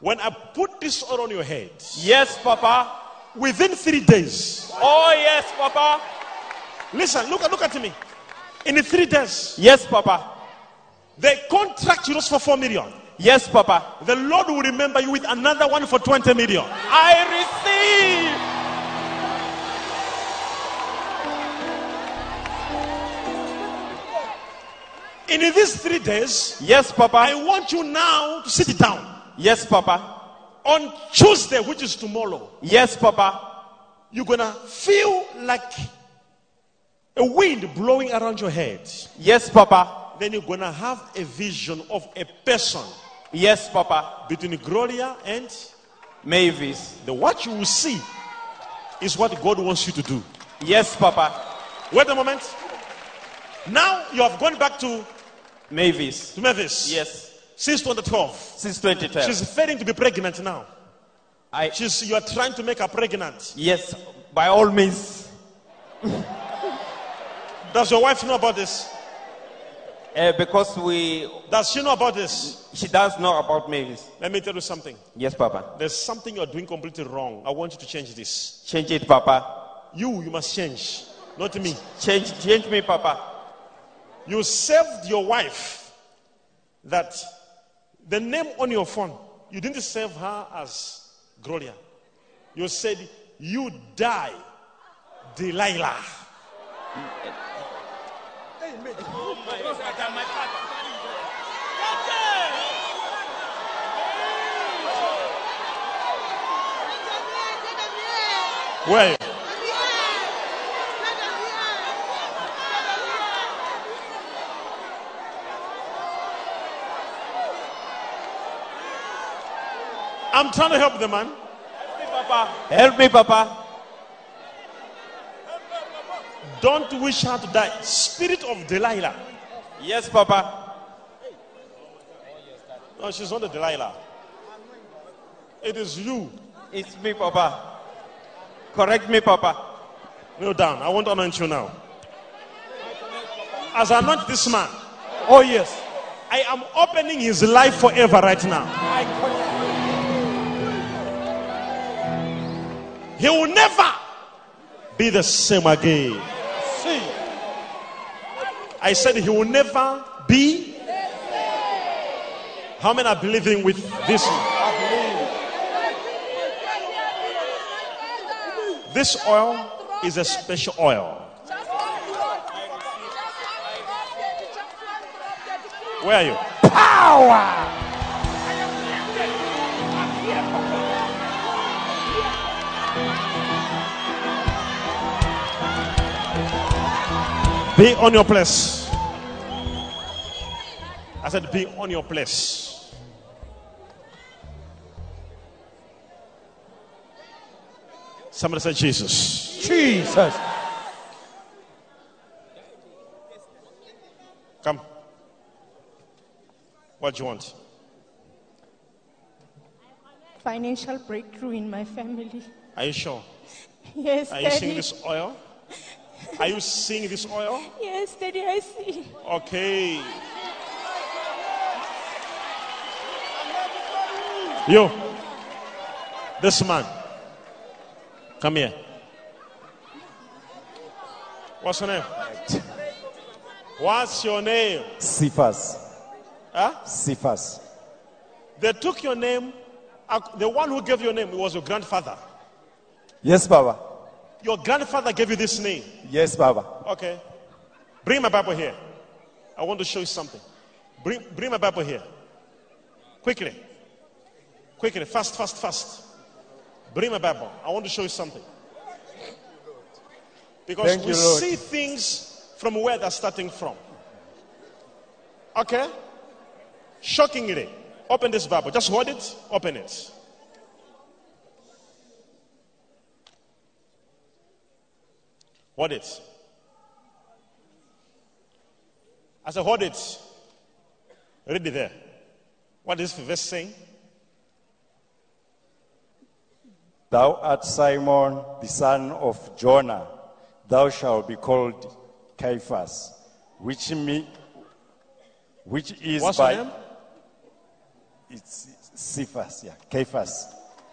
When I put this oil on your head,
Yes, Papa.
within three days,
Oh, yes, Papa.
listen, look, look at me. In the three days,
Yes, Papa.
the contract you lost for four million.
Yes, Papa.
The Lord will remember you with another one for 20 million.
I receive.
In these three days,
Yes,
I
Papa.
want you now to sit down.
Yes, Papa.
On Tuesday, which is tomorrow,
Yes, Papa.
you're gonna feel like a wind blowing around your head.
Yes, Papa.
Then you're gonna have a vision of a person
Yes, Papa.
between Gloria and
Mavis.
the what you will see is what God wants you to do.
Yes, Papa.
Wait a moment. Now you have gone back to,
Mavis.
to Mavis
Yes.
since 2012.
Since 2010.
She's failing to be pregnant now.
I,
She's, you are trying to make her pregnant.
yes, by all means.
Does your wife know about this?
Uh, because we,
Does she know about this?
she does know about Mavis.
Let me tell you something.
Yes, Papa.
There's something you're doing completely wrong. I want you to change this.
Change it, Papa.
You, you must change, not me.
Change, change me, Papa.
You saved your wife that the name on your phone, you didn't save her as Gloria. You said, You die, Delilah. Where? are you? I'm trying to help the man.
Help me, Papa.
Don't wish her to die. Spirit of Delilah.
Yes, Papa.
No, she's not a Delilah. It is you.
It's me, Papa. Correct me, Papa.
Kneel down. I want to anoint you now. As I anoint this man,
Oh, yes.
I am opening his life forever right now. He will never be the same again.
See.
I said he will never be. How many are believing with this? This oil is a special oil. Where are you? Power! Be on your place. I said, be on your place. Somebody said, Jesus.
Jesus.
Come. What do you want?
Financial breakthrough in my family.
Are you sure?
Yes,
Are you
Daddy.
seeing this oil? Are you seeing this oil?
Yes, Daddy, I see.
Okay. Yo, this man, come here. What's your name? What's your name?
Cephas.
Huh?
Cephas.
They took your name. uh, The one who gave your name was your grandfather.
Yes, Baba.
Your grandfather gave you this name.
Yes, Baba.
Okay. Bring my Bible here. I want to show you something. Bring, bring my Bible here. Quickly. Quickly. Fast, fast, fast. Bring my Bible. I want to show you something. Because
Thank
we
you, Lord.
see things from where they're starting from. Okay? Shockingly, open this Bible. Just hold it, open it. Hold it. I said, hold it. Read it there. What is the verse saying?
Thou art Simon, the son of Jonah. Thou shalt be called Caiaphas, which me, which is
What's
by
her name?
it's Cephas, yeah, Caiaphas.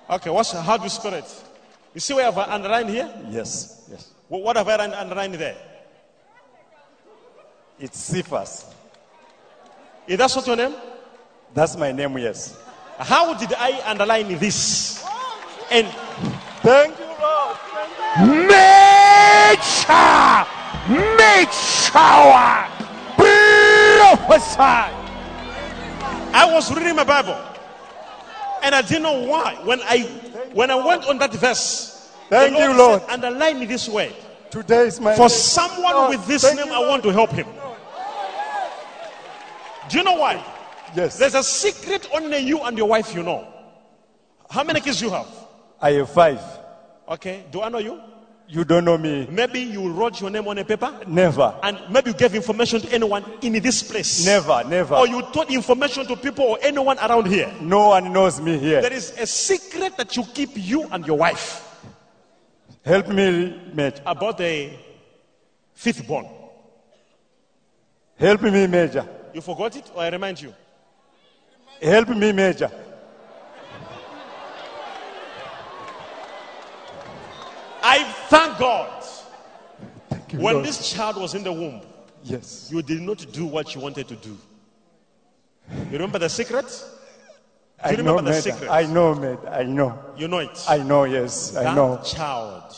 Okay, what's how do you spell it? You see where I've underlined here?
Yes, yes.
Wh- What have I un- underlined there?
It's Cephas.
Is that what your name?
That's my name. Yes.
How did I underline this? And
Thank you, Lord.
Nature! Nature! Prophesy!
I was reading my Bible, and I didn't know why. When I when I went on that verse, the
Thank you,
Lord
Lord.
said, underline this word.
Today is my
For
day.
someone
Lord,
with this
thank
name,
you,
I want to help him. Do you know why?
Yes.
There's a secret only you and your wife you know. How many kids you have?
I have five.
Okay. Do I know you?
You don't know me.
Maybe you wrote your name on a paper,
Never.
and maybe you gave information to anyone in this place.
Never, never.
Or you told information to people or anyone around here.
no one knows me here.
There is a secret that you keep you and your wife.
Help me, mate.
about the fifth born.
Help me, Major.
You forgot it, or I remind you.
Help me, Major.
I thank God.
Thank you,
When
Lord.
this child was in the womb,
Yes.
you did not do what you wanted to do. You remember the secret?
I
you remember
know,
the
Major.
secret?
I know, Major. I know.
You know it.
I know, yes. I
that
know.
child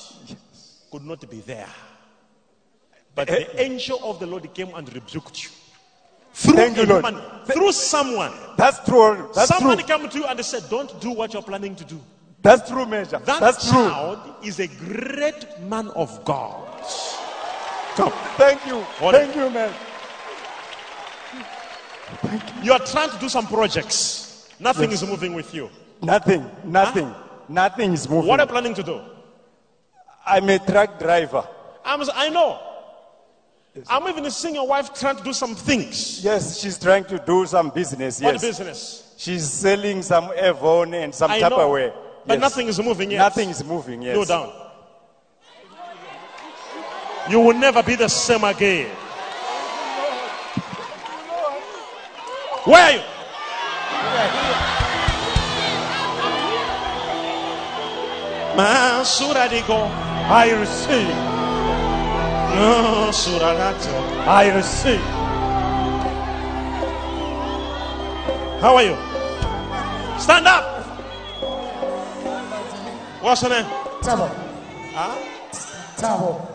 could not be there. But
Eh.
the angel of the Lord came and rebuked you. Through
Thank
a
you, Lord.
human, through someone.
That's true. That's
someone
true.
came to you and said, Don't do what you're planning to do.
That's true, Major.
That
That's true.
child is a great man of God.
Thank you.
Hold it.
Thank you, Major.
You are trying to do some projects. Nothing is moving with you.
Nothing. Nothing. Nothing is moving.
What are you planning to do?
I'm a truck driver.
I'm, I know. I'm even seeing your wife trying to do some things.
Yes, she's trying to do some business.
What
Yes.
business?
She's selling some Avon and some
I know.
Tupperware.
But
Yes.
nothing is moving yet.
Nothing is moving. Yes.
Go down. You will never be the same again. Where are you? Masuradigo, I receive. No, Suradato.
I receive.
How are you? Stand up. What's your name?
Tabo. Huh? Tabo.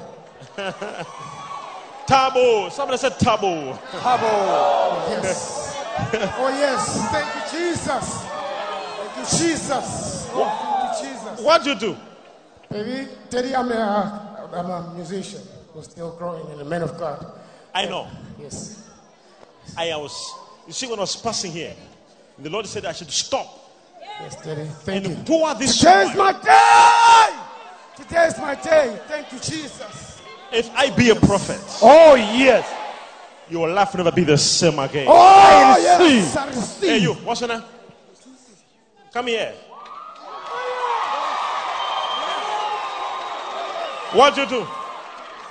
Tabo. Somebody said Tabo.
Yes. Oh, yes. Thank you, Jesus. Thank you, Jesus. Oh, thank you, Jesus.
What do you do?
Baby, Teddy, I'm a, I'm a musician who's still growing and a man of God.
I know.
Yes.
I was, you see, when I was passing here, the Lord said I should stop
Yes, Teddy. Thank
and
you.
pour this
Today is
wine.
my day. Today is my day. Thank you, Jesus.
If I be a prophet,
Oh yes.
your life will never be the same again.
Oh,
receive.
yes. I receive.
Hey, you, what's your name? Come here. What do you do?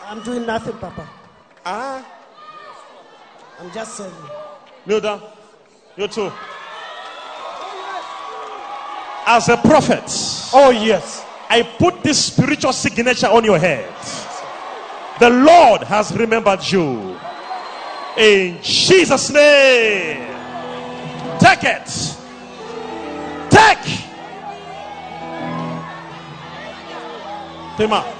I'm doing nothing, Papa.
Ah,
I'm just saying.
kneel down. You too. As a prophet,
Oh yes.
I put this spiritual signature on your head. The Lord has remembered you. In Jesus' name. Take it. Take. Tema.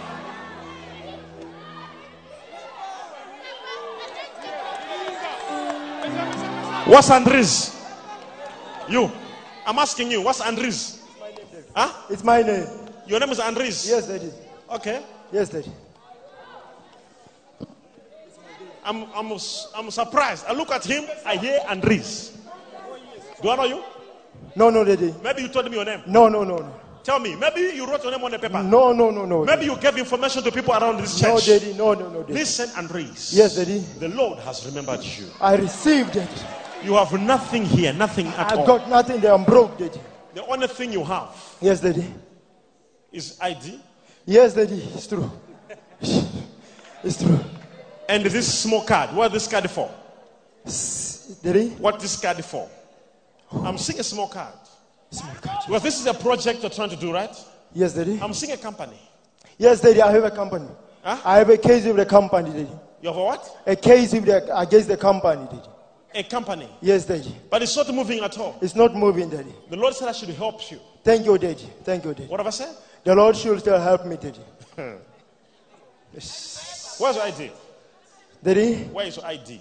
What's Andres? You. I'm asking you, what's Andres? Huh?
It's my name.
Your name is Andres.
Teddy.
Okay.
Yes, Teddy.
I'm, I'm, I'm surprised. I look at him, I hear Andres. Do I know you?
No, no, Teddy.
Maybe you told me your name.
No, no, no, no.
Tell me. Maybe you wrote your name on the paper.
No, no, no, no.
Maybe you gave information to people around this church.
No, Daddy. No, no, no, Daddy.
Listen, Andres.
Yes, Daddy.
The Lord has remembered you.
I received it.
You have nothing here, nothing at
I've
all.
got nothing there. I'm broke, Daddy.
The only thing you have
Yes, Daddy.
his ID,
Yes, lady, it's true. It's true.
and this small card. What this card for?
Daddy,
What this card for? I'm seeing a small card.
small card.
Well, this is a project you're trying to do, right?
Yes, daddy.
I'm seeing a company.
Yes, daddy, I have a company.
Huh?
I have a case with the company, daddy.
You have a what?
A case with the, against the company, daddy.
A company.
Yes, daddy.
But it's not moving at all.
It's not moving, daddy.
The Lord said I should help you.
Thank you, daddy. Thank you, daddy.
What have I said?
The Lord should still help me, daddy.
Where's your ID?
Daddy,
Where is your ID?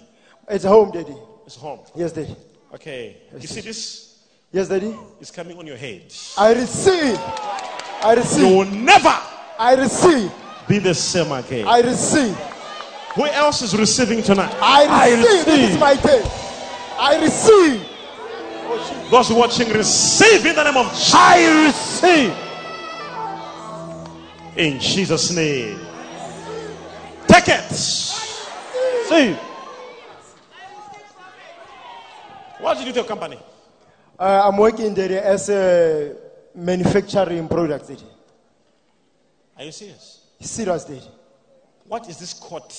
it's home, daddy.
It's home.
Yes, daddy.
Okay. You see this?
Yes, daddy.
It's coming on your head.
I receive. I
You
receive.
will never
I receive.
be the same again.
I receive.
Who else is receiving tonight?
I receive. This is my day. I receive.
Those watching, receive in the name of Jesus. I receive. In Jesus' name. Take it. See. What did you do to your company?
Uh, I'm working, daddy, as a manufacturing product, daddy.
Are you serious?
Serious, daddy.
What is this court?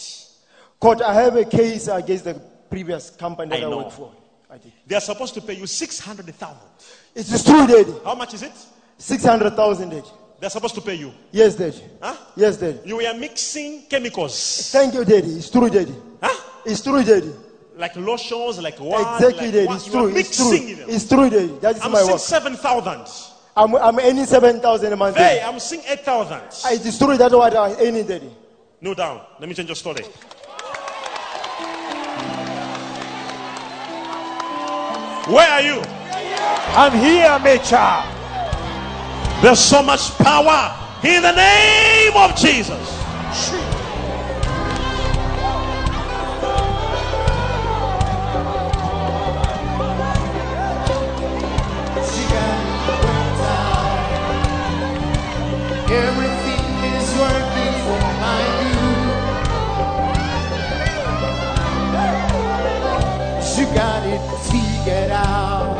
Court, I have a case against the previous company that
I
I,
know.
work for. I did.
They are supposed to pay you 600,000.
It is true, daddy.
How much is it?
600,000, daddy.
They're supposed to pay you.
Yes, daddy.
Huh?
Yes, daddy.
You were mixing chemicals.
Thank you, daddy. It's true, daddy.
Huh?
It's true, daddy.
Like lotions, like what?
exactly,
like
daddy.
what?
It's
You are
true. It's true.
mixing them.
It's true, daddy. That is
I'm
my
seeing
work.
7,000.
I'm, I'm earning 7,000 a month. daddy.
Hey, I'm seeing 8,000.
It is true that what I earning, daddy.
No down. Let me change your story. Where are you?
I'm here, Mecha.
There's so much power in the name of Jesus.
Everything is working for my good. She got it figured out.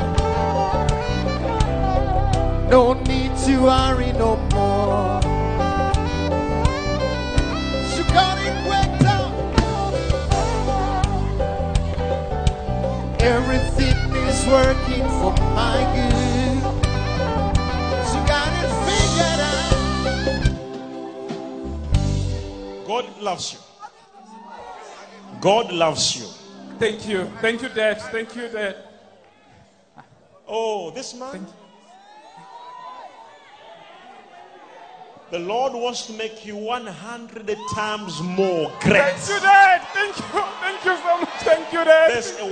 No need to worry no more. She got it worked out. Everything is working for my good. She got it figured out.
God loves you. God loves you.
Thank you. Thank you, Dad. Thank you, Dad.
Oh, this man. The Lord wants to make you 100 times more great.
Thank you, Dad. Thank you. Thank you so much. Thank you, Dad.
There's a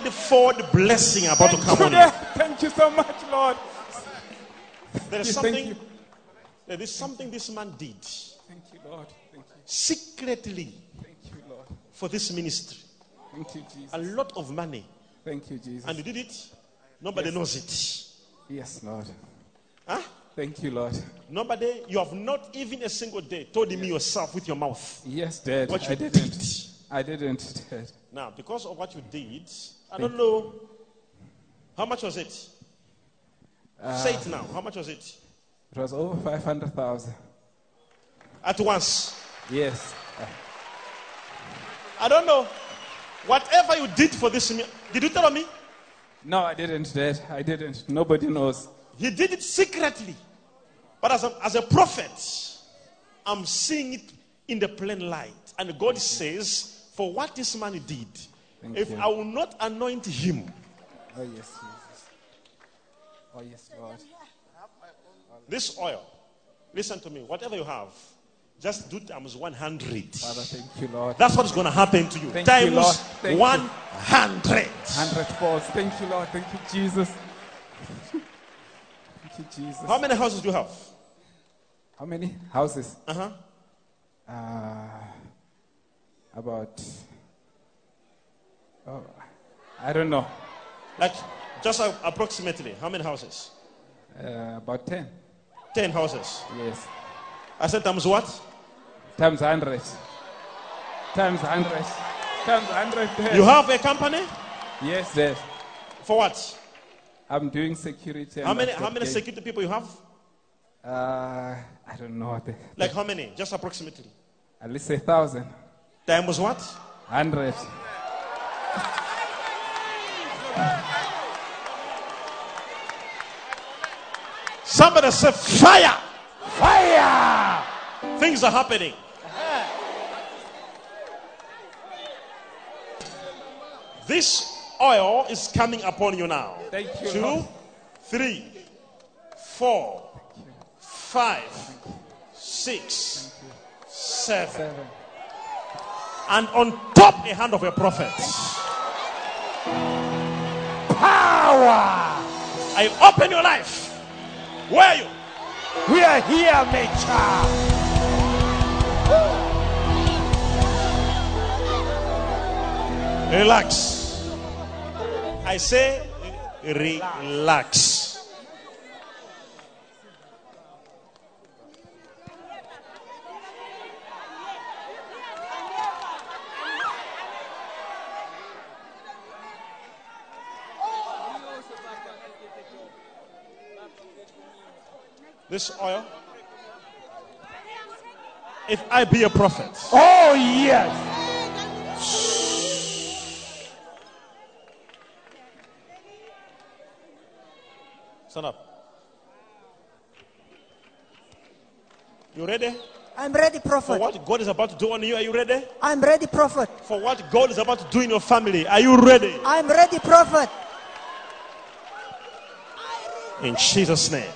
100-fold blessing about to come
Thank you,
on you.
Dad. Thank you so much, Lord.
There is
Thank
something.
you.
There is something this man did
Thank you, Lord. Thank you.
secretly
Thank you, Lord.
for this ministry.
Thank you,
A
Jesus.
lot of money,
Thank you, Jesus.
and he did it. Nobody knows it.
Yes, Lord.
Huh?
Thank you, Lord.
Nobody. You have not even a single day told him yourself with your mouth.
Yes, Dad.
What you
I didn't.
did.
I didn't, Dad.
Now, because of what you did, I don't know. How much was it?
Uh,
Say it now. How much was it?
It was over 500,000.
At once.
Yes. Uh,
I don't know. Whatever you did for this, mi- did you tell me?
No, I didn't, Dad. I didn't. Nobody knows.
He did it secretly. But as a, as a prophet, I'm seeing it in the plain light. And God says, for what this man did,
Thank
if
you.
I will not anoint him,
Oh, yes, Jesus. Oh, yes, Lord.
this oil, listen to me, whatever you have, just do times 100.
Father, thank you, Lord.
That's what's going to happen to you.
Thank you, Lord.
times
Thank you.
100.
Hundred folds. Thank you, Lord. Thank you, Jesus. Thank you, Jesus.
How many houses do you have?
How many houses?
Uh huh.
Uh, about. Oh, I don't know.
Like, just a- approximately, how many houses?
Uh, about ten.
10 houses.
Yes.
I said, times what?
Times hundred. Times hundred. Times hundred. Dad.
You have a company?
Yes, Dad.
For what?
I'm doing security. and
How many
I've
how
got
many
gate.
security people you have?
Uh, I don't know. what The,
Like how many? Just approximately.
at least a thousand,
Time was what?
hundred.
Somebody said fire. Fire. Things are happening. This oil is coming upon you now.
Thank you,
Two,
Lord.
three, four, five, six, seven.
Seven.
And on top, a hand of a prophet.
Power!
I open your life. Where are you?
We are here, my child.
Relax. I say relax. This oil. If I be a prophet,
Oh, yes.
stand up. You ready?
I'm ready,
For
prophet.
what God is about to do on you, are you ready?
I'm ready, prophet.
For what God is about to do in your family, are you ready?
I'm ready, prophet.
In Jesus' name.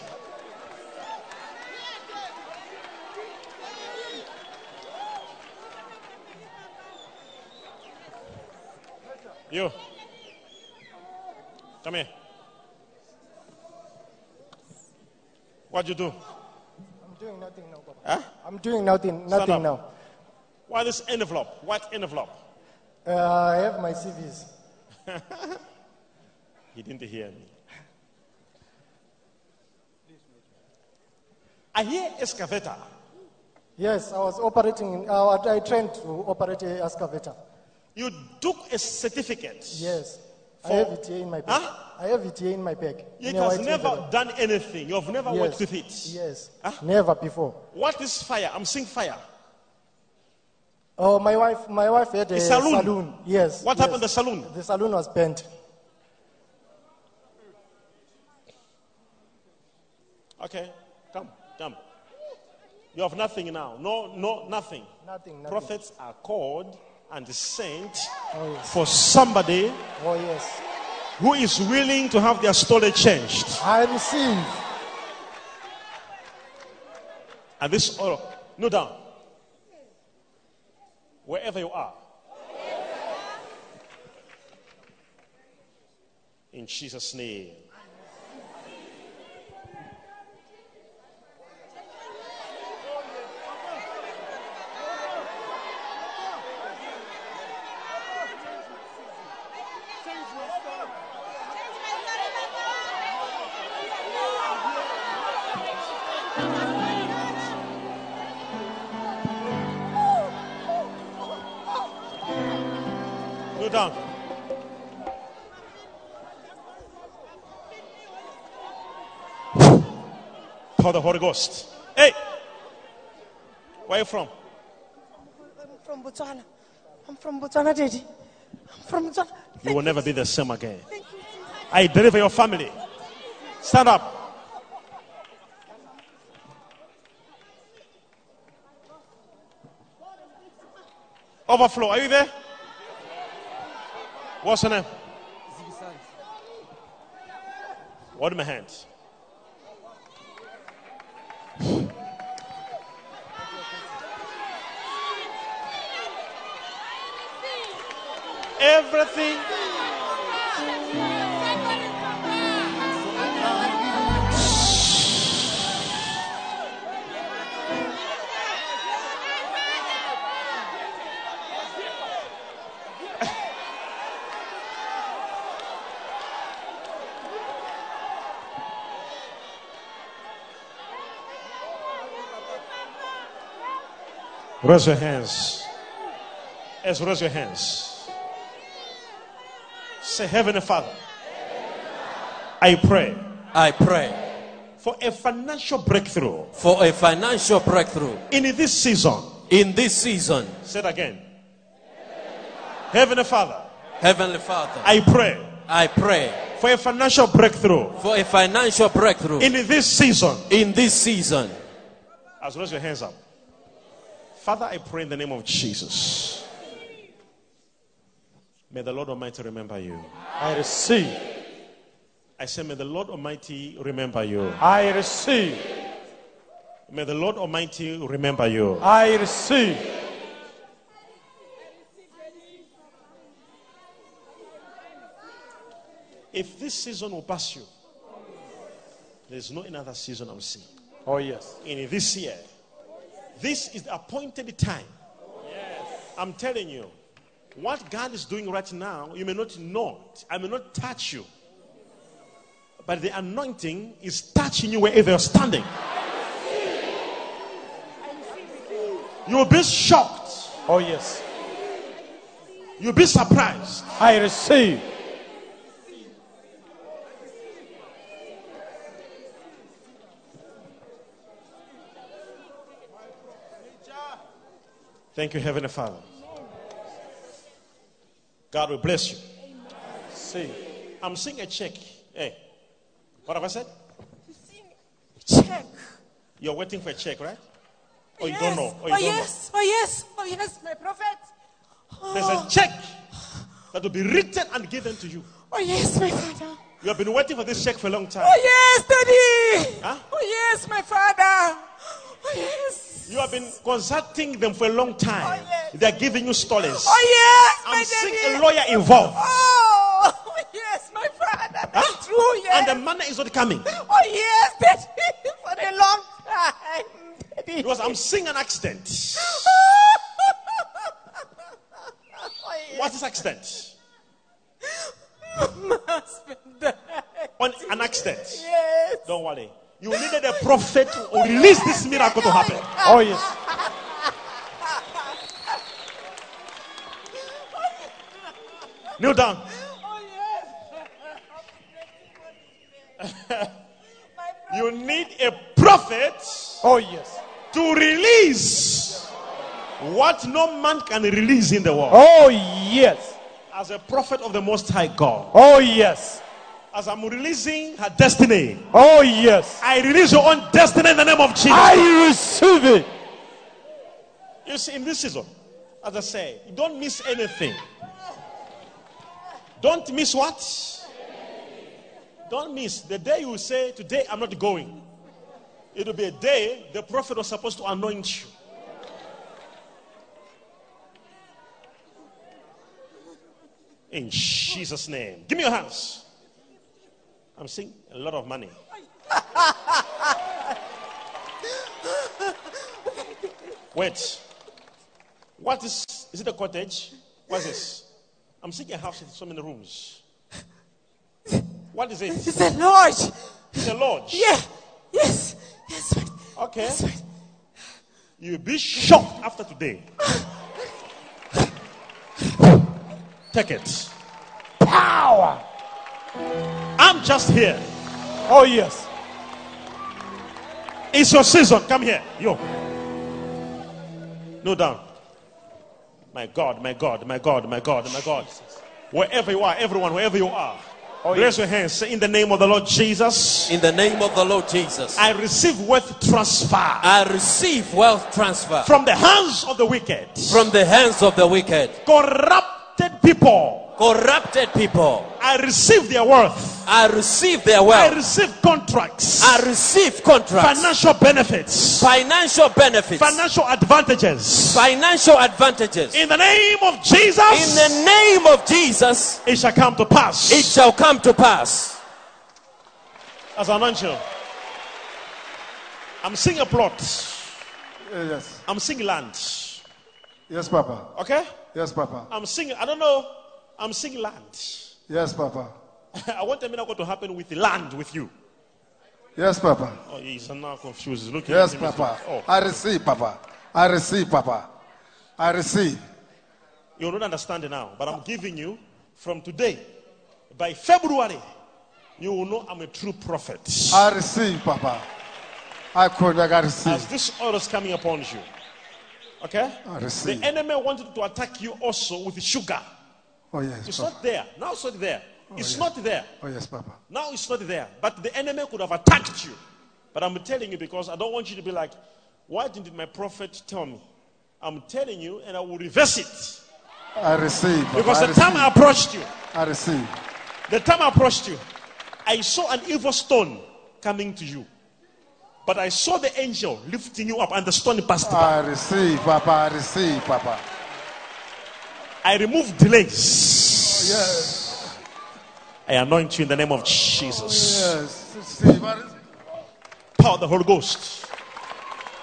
You. Come here. What you do?
I'm doing nothing now, Papa. I'm doing nothing, nothing now.
up. Why this envelope? What envelope?
Uh, I have my CVs.
He didn't hear me. I hear excavator.
Yes, I was operating. In, uh, I trained to operate a excavator.
You took a certificate.
Yes, I
For-
have it here in my bag.
Huh?
I have it here in my bag.
It
in a
has
white
never
envelope.
done anything. You have never
Yes.
worked with it.
Yes,
Huh?
never before.
What is fire? I'm seeing fire.
Oh, my wife, my wife had a,
A saloon.
Yes.
What
yes.
happened to the saloon?
The saloon was burnt.
Okay, come, come. You have nothing now. No, no, nothing.
Nothing. nothing.
Prophets are called and sent
Oh yes.
for somebody
Oh yes.
who is willing to have their story changed.
I receive.
And this oil, no down. Wherever you are. In Jesus' name. No down. Power the Holy Ghost. Hey! Where are you from?
I'm from Botswana. I'm from Botswana, Daddy. I'm from Botswana.
You will never be the same again.
Thank you.
I deliver your family. Stand up. Overflow, are you there? What's her name? What in my hands? Everything Raise your hands. Yes, raise your hands. Say, Heavenly Father, I pray
I pray
for a financial breakthrough
for a financial breakthrough
in this season.
In this season,
Say it again. Heavenly Father,
Heavenly Father,
I pray
I pray
for a financial breakthrough
for a financial breakthrough
in this season.
in this season.
As raise your hands up. Father, I pray in the name of Jesus. May the Lord Almighty remember you.
I receive.
I say, may the Lord Almighty remember you.
I receive.
May the Lord Almighty remember you.
I receive.
If this season will pass you, there's no another season I'm seeing.
Oh, yes.
In this year, this is the appointed time. I'm telling you, what God is doing right now, you may not know. it. I may not touch you. But the anointing is touching you wherever you're standing. You'll be shocked.
Oh, yes.
You'll be surprised.
I receive.
Thank you, Heavenly Father. God will bless you.
See.
I'm seeing a check. Hey, what have I said?
Check.
You're waiting for a check, right? Or
yes.
you don't know. Or you
oh
don't
yes. Oh yes. Oh yes, my prophet.
know. There's
Oh,
a check that will be written and given to you.
oh yes, my father.
You have been waiting for this check for a long time.
Oh yes, daddy.
Huh?
Oh yes, my father. Oh yes.
You have been consulting them for a long time. They're giving you stories.
Oh yes, my
I'm
daddy.
seeing a lawyer involved.
Oh, oh yes, my father. That's
Huh?
true. Yes.
And the money is not coming.
Oh yes, daddy. For a long time, daddy.
Because I'm seeing an accident.
Oh, yes.
What is accident?
My husband died.
On an accident.
Yes.
Don't worry. You needed a prophet to release this miracle to happen.
Oh, yes.
Kneel down.
Oh yes.
You need a prophet
Oh, yes.
to release what no man can release in the world.
Oh, yes.
As a prophet of the Most High God,
Oh, yes.
as I'm releasing her destiny,
Oh, yes.
I release your own destiny in the name of Jesus.
I receive it.
You see, in this season, as I say, you don't miss anything. Don't miss what? Don't miss. The day you say, Today I'm not going, it'll be a day the prophet was supposed to anoint you. In Jesus' name. Give me your hands. I'm seeing a lot of money. Wait. What is is it a cottage? What's this? I'm seeing a house with so many rooms. What is it?
It's a lodge.
It's a lodge.
Yeah. Yes. Yes. my-
Okay.
Yes. my-
You'll be shocked after today. Take it.
Power.
I'm just here.
Oh, yes.
It's your season. Come here. Yo. No down. My God, my God, my God, my God, my God. Wherever you are, everyone, wherever you are, raise your hands. Say, In the name of the Lord Jesus,
In the name of the Lord Jesus,
I receive wealth transfer
I receive wealth transfer
from the hands of the wicked,
from the hands of the wicked,
corrupted people.
corrupted people.
I receive their worth.
I receive their
I
wealth.
receive contracts,
I receive contracts,
financial benefits,
financial benefits,
financial advantages.
financial advantages.
In the name of Jesus,
In the name of Jesus,
it shall come to pass.
it shall come to pass.
As an angel, I'm seeing a plot.
Uh, Yes.
I'm seeing land.
Yes, Papa.
Okay?
Yes, Papa.
I'm seeing, I don't know, I'm seeing land.
Yes, Papa.
I want a miracle to happen with land with you.
Yes, Papa.
Oh, he's now confused. He's looking
Yes,
at me.
Papa.
Oh,
I receive, Papa. I receive, Papa. I receive.
you don't understand it now, but I'm giving you from today. By February, you will know I'm a true prophet.
I receive, Papa. I could, I got
As
receive.
this oil is coming upon you, okay?
I Ah, receive.
The enemy wanted to attack you also with sugar.
Oh, yes.
It's
Papa.
not there. Now it's not there. It's not there.
Oh, yes, Papa.
Now it's not there. But the enemy could have attacked you. But I'm telling you because I don't want you to be like, why didn't my prophet tell me? I'm telling you, and I will reverse it.
I receive. Papa.
Because
I
the time I
receive.
approached you,
I receive.
the time I approached you, I saw an evil stone coming to you. But I saw the angel lifting you up, and the stone passed by.
I receive, Papa. I receive, Papa.
I remove delays.
Yes.
I anoint you in the name of Jesus.
Yes. Receive. I receive.
Power of the Holy Ghost.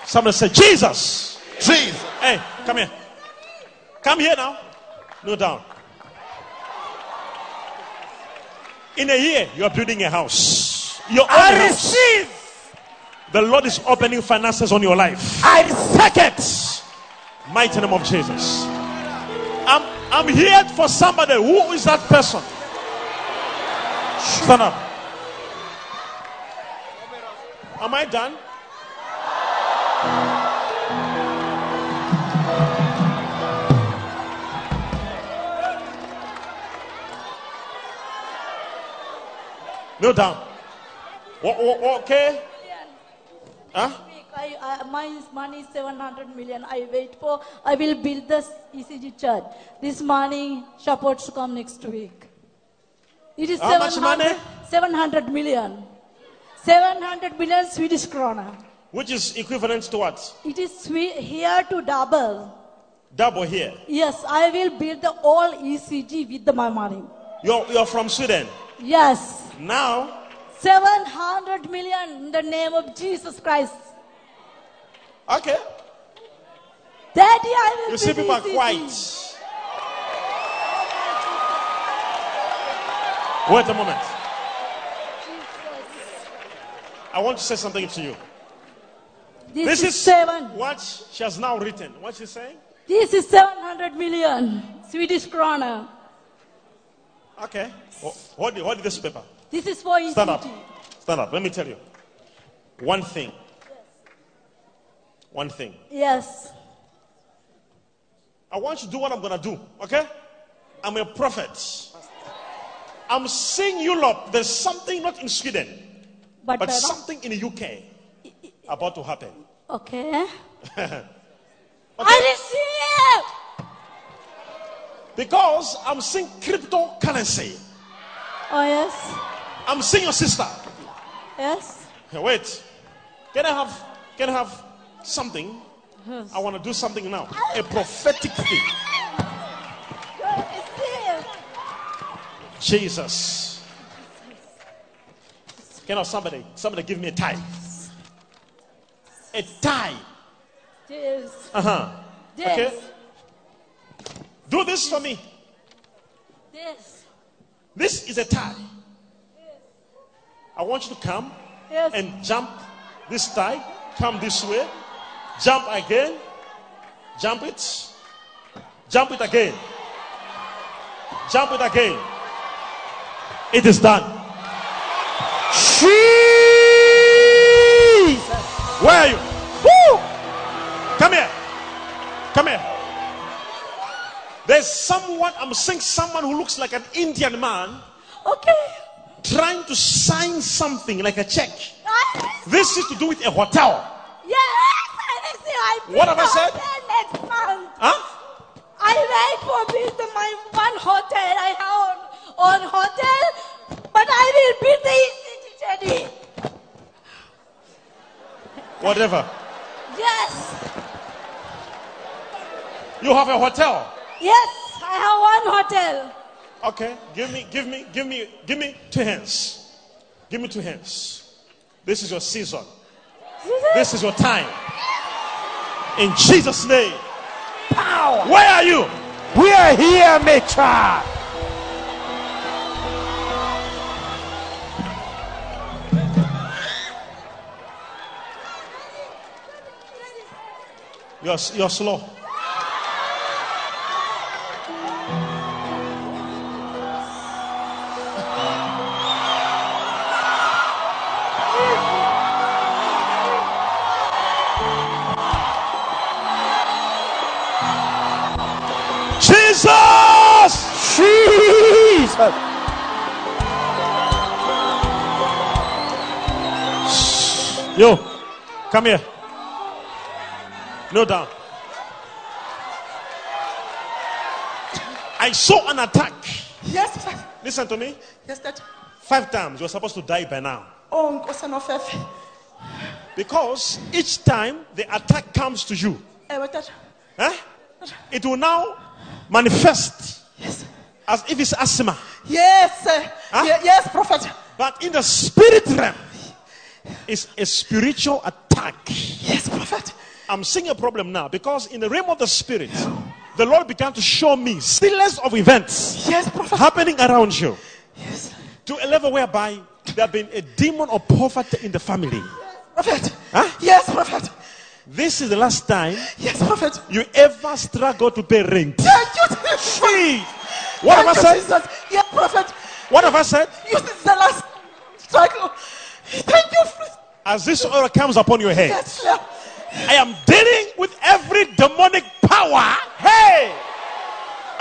Somebody say, Jesus.
Jesus.
Hey, come here. Come here now. No down. In a year, you are building a house. Your own
I
house.
receive.
The Lord is opening finances on your life.
I second.
Mighty name of Jesus. I'm, I'm here for somebody. Who is that person? Stand up. Am I done? Kneel down. Wa- wa- wa- Okay. Huh?
I, I, my money is 700 million. I wait for, I will build this ECG church. This money supposed to come next week. It is
How much
700
money?
700 million. 700 million Swedish krona.
Which is equivalent to what?
It is swe- here to double.
Double here.
Yes, I will build the all ECG with my money.
You're, you're from Sweden.
Yes.
Now,
700 million in the name of Jesus Christ.
okay.
That day I will
You see
build E
people are
ECG.
quiet. Wait a moment. I want to say something to you.
This, is
seven. what she has now written. What she's saying?
This is 700 million Swedish krona.
Okay. Wh- What did, what did this paper?
This is for ECG.
Stand up. Stand up. Let me tell you. One thing. One thing.
Yes.
I want you to do what I'm going to do, okay? I'm a prophet. I'm seeing Europe. There's something not in Sweden,
But,
but
Baba-
something in the UK about to happen.
Okay.
I receive! Because I'm seeing cryptocurrency.
Oh, yes.
I'm seeing your sister.
Yes.
Hey, wait. Can I have, can I have something? I want to do something now. A prophetic thing. Jesus. Can I have somebody, somebody give me a tie? A tie.
Yes.
Uh huh.
Yes.
Okay. Do this for me.
Yes.
This is a tie. I want you to come
Yes.
and jump this tie. Come this way. Jump again. Jump it. Jump it again. Jump it again. It is done. Jesus. Where are you? Woo! Come here. Come here. There's someone, I'm seeing someone who looks like an Indian man.
Okay.
Trying to sign something like a check. This is to do with a hotel.
Yes. I receive. I
What have I
build
said?
the hotel Next month.
Huh?
I wait for build the- my one hotel. I have on, on hotel, but I will build the ECG journey.
Whatever.
Yes.
You have a hotel.
Yes. I have one hotel.
Okay. Give me, give me, give me, give me two hands. Give me two hands. This is your season. This is your time. In Jesus' name. Power. Where are you?
We are here, Mecha.
You're, s- you're slow.
Jesus! Jesus!
Yo, come here. No down. I saw an attack.
Yes, sir.
Listen to me.
yes, that.
Five times. You're supposed to die by now.
Oh, Nkosi Nofefe.
Because each time the attack comes to you,
Ewe, that.
eh, it will now manifest as if it's asthma.
Yes, sir. Ye- yes, prophet.
But in the spirit realm, it's a spiritual attack.
Yes, prophet.
I'm seeing a problem now because in the realm of the spirit, the Lord began to show me series of events happening around you. To a level whereby there have been a demon of poverty in the family.
Prophet.
Yes, prophet. This is the last time yes, prophet. you ever struggle to pay rent.
Thank you, Jesus.
What have
Thank
I
you,
said?
Jesus. Yes, prophet.
What have I said?
Yes, it's the last struggle. Thank you,
As this oil comes upon your head,
yes, sir.
I am dealing with every demonic power. Hey!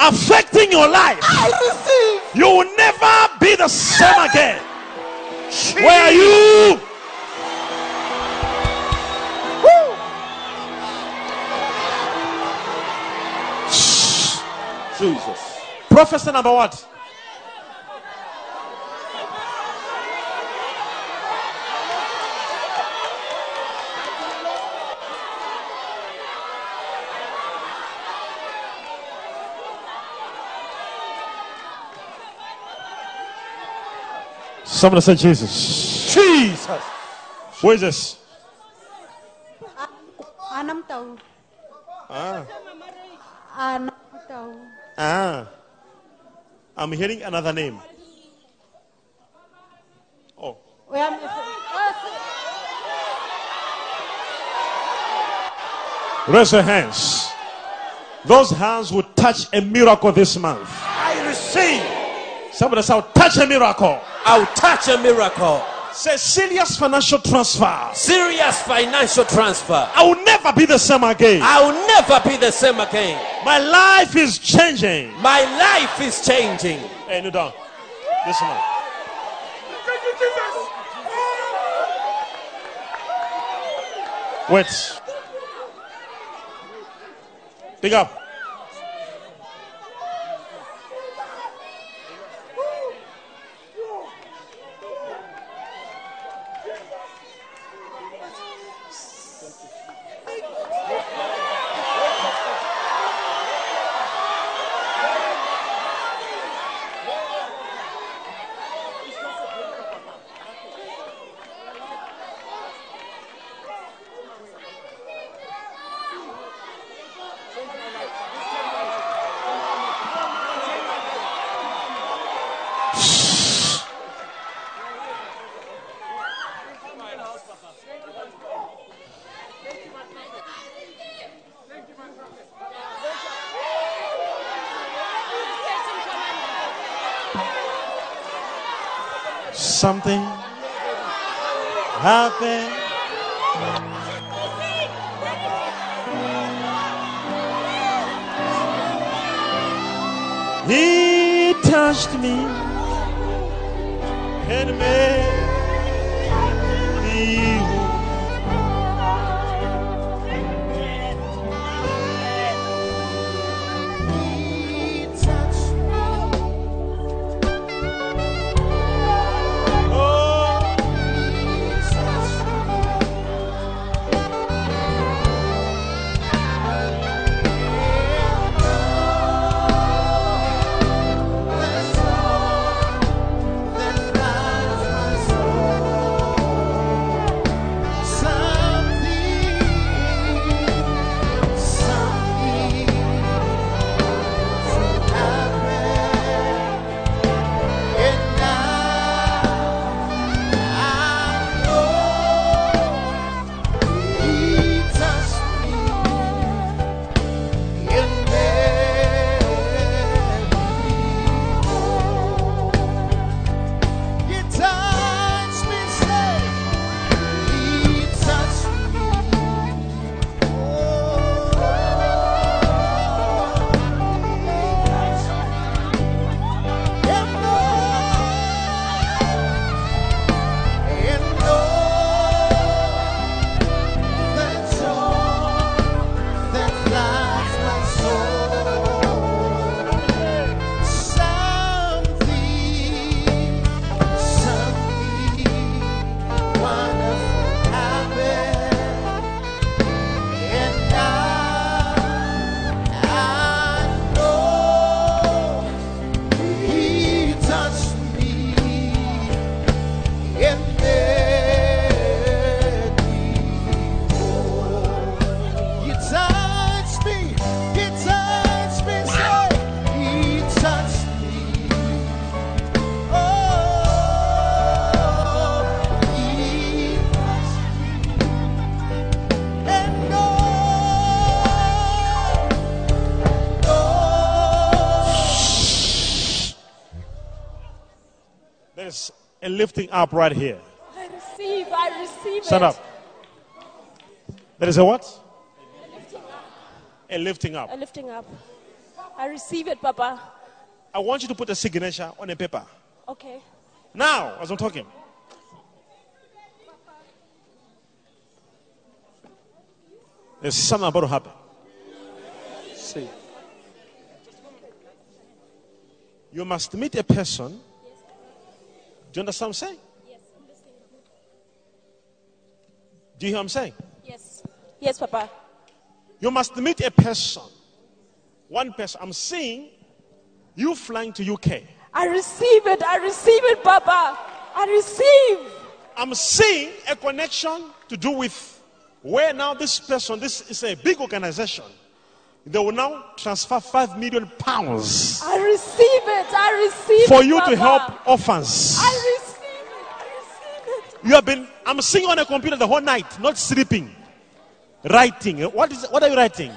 Affecting your life.
I
receive. You will never be the same again. Where are you? Jesus. Prophecy number what? Somebody said Jesus. Jesus. Where is this?
Anam tahu.
Ah.
Anam tahu.
Ah. I'm hearing another name. Oh.
Where am I from? Oh, so-
Raise your hands. Those hands will touch a miracle this month.
I receive.
Somebody say, I'll touch a miracle.
I'll touch a miracle.
Say, serious financial transfer.
Serious financial transfer.
I will never be the same again.
I'll never be the same again.
My life is changing.
My life is changing.
Hey, kneel down. This month.
Thank you, Jesus.
Wait. Pick up. Something happened. He touched me and made me whole. Oh,
That's all that matters.
Oh, oh,
a lifting up right here.
I receive, I receive
Stand
it.
up. There is a what?
Lifting up.
A lifting up.
A lifting up. I receive it, Papa.
I want you to put a signature on a paper.
Okay.
Now, as I'm talking. There's something about to happen. See. You must meet a person. Do you understand what I'm saying? Do you hear what I'm saying?
Yes. Yes, Papa.
You must meet a person. One person. I'm seeing you flying to UK.
I receive it. I receive it, Papa. I receive.
I'm seeing a connection to do with where now this person, this is a big organization. They will now transfer five million pounds
I receive it. I receive it.
for you to
Papa.
help orphans.
I receive it. I receive it.
You have been, I'm sitting on a computer the whole night, not sleeping, writing. What, is, what are you writing?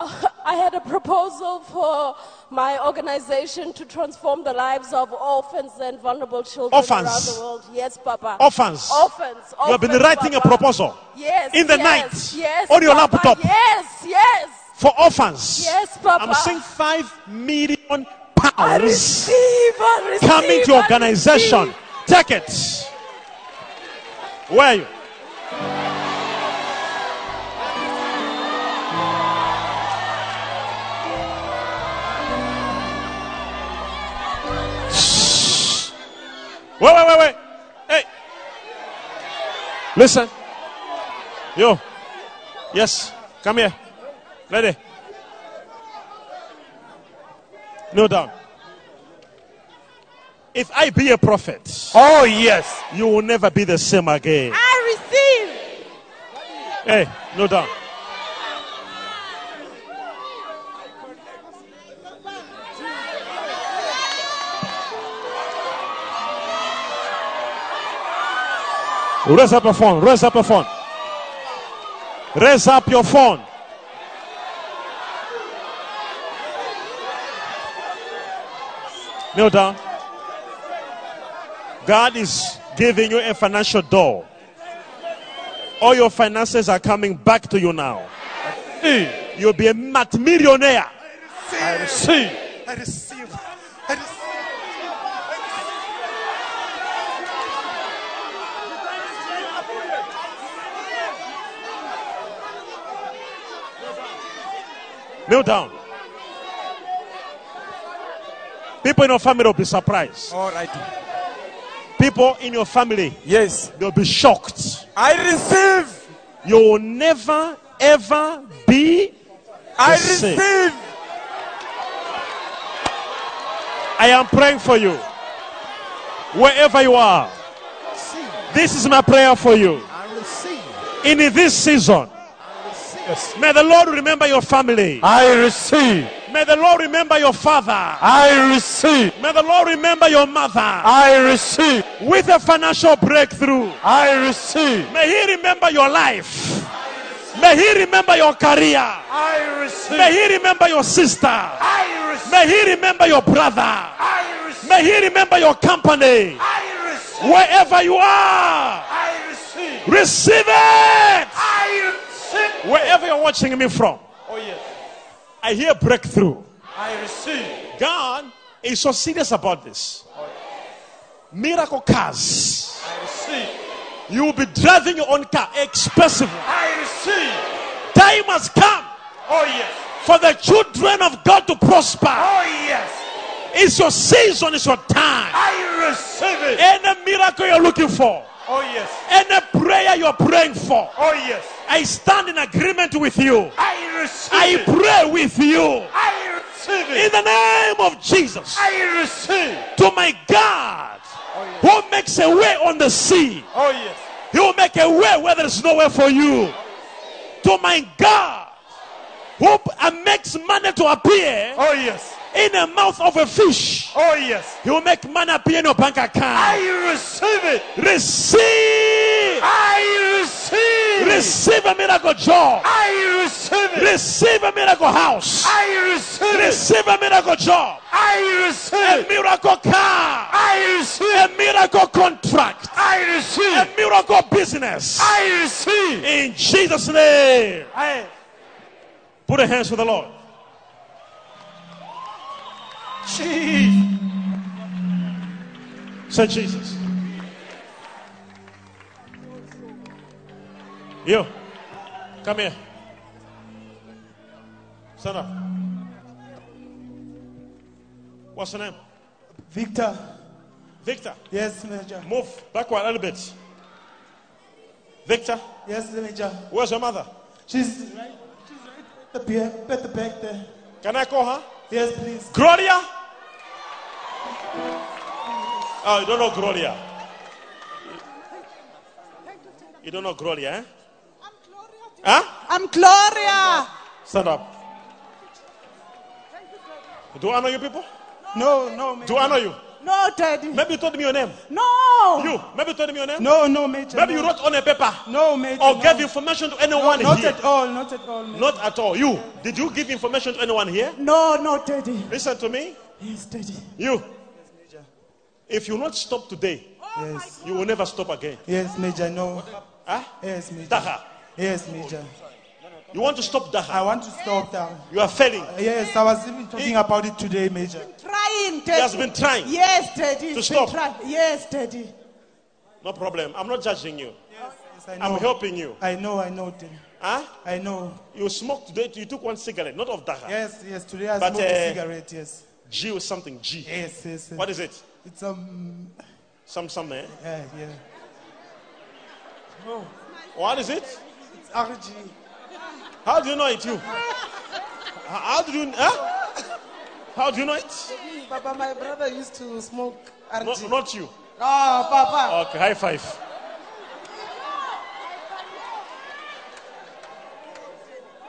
I had a proposal for my organization to transform the lives of orphans and vulnerable children around
Orphans.
the world. Yes, Papa.
Orphans.
Orphans.
you have been
orphans,
writing a
Papa.
proposal
Yes.
in the
yes,
night
Yes.
on your
Papa.
laptop.
Yes. Yes.
for orphans.
Yes, Papa.
I'm seeing five million pounds
Receive, I receive,
coming to
I
your organization.
receive.
Take it. Where are you? Wait, wait, wait, wait. Hey. Listen. Yo. Yes. Come here. Ready. Kneel down. If I be a prophet, oh yes, you will never be the same again.
I receive.
Hey, kneel down. Raise up your phone. Raise up your phone. Raise up your phone. Kneel down. God is giving you a financial door. All your finances are coming back to you now. You'll be a mat millionaire. I receive.
I receive. I receive.
Kneel down. People in your family will be surprised.
All right.
People in your family, yes, they'll be shocked.
I receive.
You will never ever be.
I
the same.
receive.
I am praying for you. Wherever you are, this is my prayer for you.
I receive.
In this season, may the Lord remember your family.
I receive.
May the Lord remember your father.
I receive.
May the Lord remember your mother.
I receive.
With a financial breakthrough.
I receive.
May He remember your life. May He remember your career.
I receive.
May He remember your sister.
I receive.
May He remember your brother.
I receive.
May He remember your company.
I receive.
Wherever you are,
I receive.
receive it.
I receive.
Wherever you're watching me from,
Oh yes.
I hear breakthrough.
I receive.
God is so serious about this. Miracle cars.
I receive.
You will be driving your own car, expensive. one.
I receive.
Time has come
Oh yes.
for the children of God to prosper.
Oh yes.
It's your season, it's your time.
I receive it.
Any miracle you're looking for,
Oh yes.
any prayer you're praying for,
Oh yes.
I stand in agreement with you.
I receive
I
it.
pray with you
I receive
in
it.
the name of Jesus.
Oh,
I receive.
To my God, who makes a way on the sea,
Oh yes.
He will make a way where there's no way for you. To my God, who and makes money to appear
Oh yes.
in the mouth of a fish,
Oh yes.
He will make money appear in your bank account.
I receive it.
Receive.
I receive.
Receive a miracle job.
I receive it.
Receive a miracle house.
I receive it.
Receive a miracle job.
I receive
a
it.
miracle car.
I receive
a miracle contract.
I receive
a miracle business.
I receive
in Jesus' name.
I
Put your hands for the Lord.
Jesus.
Say Jesus. You, come here. Stand up. What's your name?
Victor.
Victor.
Yes, Major.
Move backward a little bit. Victor.
Yes, Major.
Where's your mother?
She's right. She's right at the, pier, at the back there.
Can I call her?
Yes, please.
Gloria. Oh, you don't know Gloria. You don't know Gloria, eh? Huh?
I'm Gloria.
Stand up. Do I know you people?
No, no, Major.
Do I know you?
No, Daddy.
Maybe you told me your name.
No.
You, maybe you told me your name?
No, no, Major.
Maybe
no.
you wrote on a paper.
No, Major.
Or
no.
gave information to anyone
No, not
here.
at all, not at all, Major.
Not at all. You, did you give information to anyone here?
No, no, Daddy.
Listen to me.
Yes, Daddy.
You, if you not stop today,
Yes.
you will never stop again.
Yes, Major, no.
Huh?
Yes, Major.
Daha.
Yes, Major.
You want to stop
I
Daha.
want to stop down.
You are failing.
Yes, I was even talking about it today, Major.
Trying, Daddy.
has been trying
Yes, Daddy.
to
It's
stop.
Been trying. Yes, Daddy.
No problem. I'm not judging you.
Yes, I know.
I'm helping you.
I know, I know, Daddy.
Huh?
I know.
You smoked today. You took one cigarette, not of Daha.
Yes, yes, today I
But,
smoked a
uh,
cigarette, yes.
G was something. G.
Yes, yes. yes.
What is it?
It's um,
Some something. eh?
yeah, yeah. Oh,
What is it?
it's RG.
How do you know it, you? H- How do you? Huh? How do you know it?
Papa, my brother used to smoke RG.
No, not you.
Oh,
Ah,
Papa.
Okay, high five.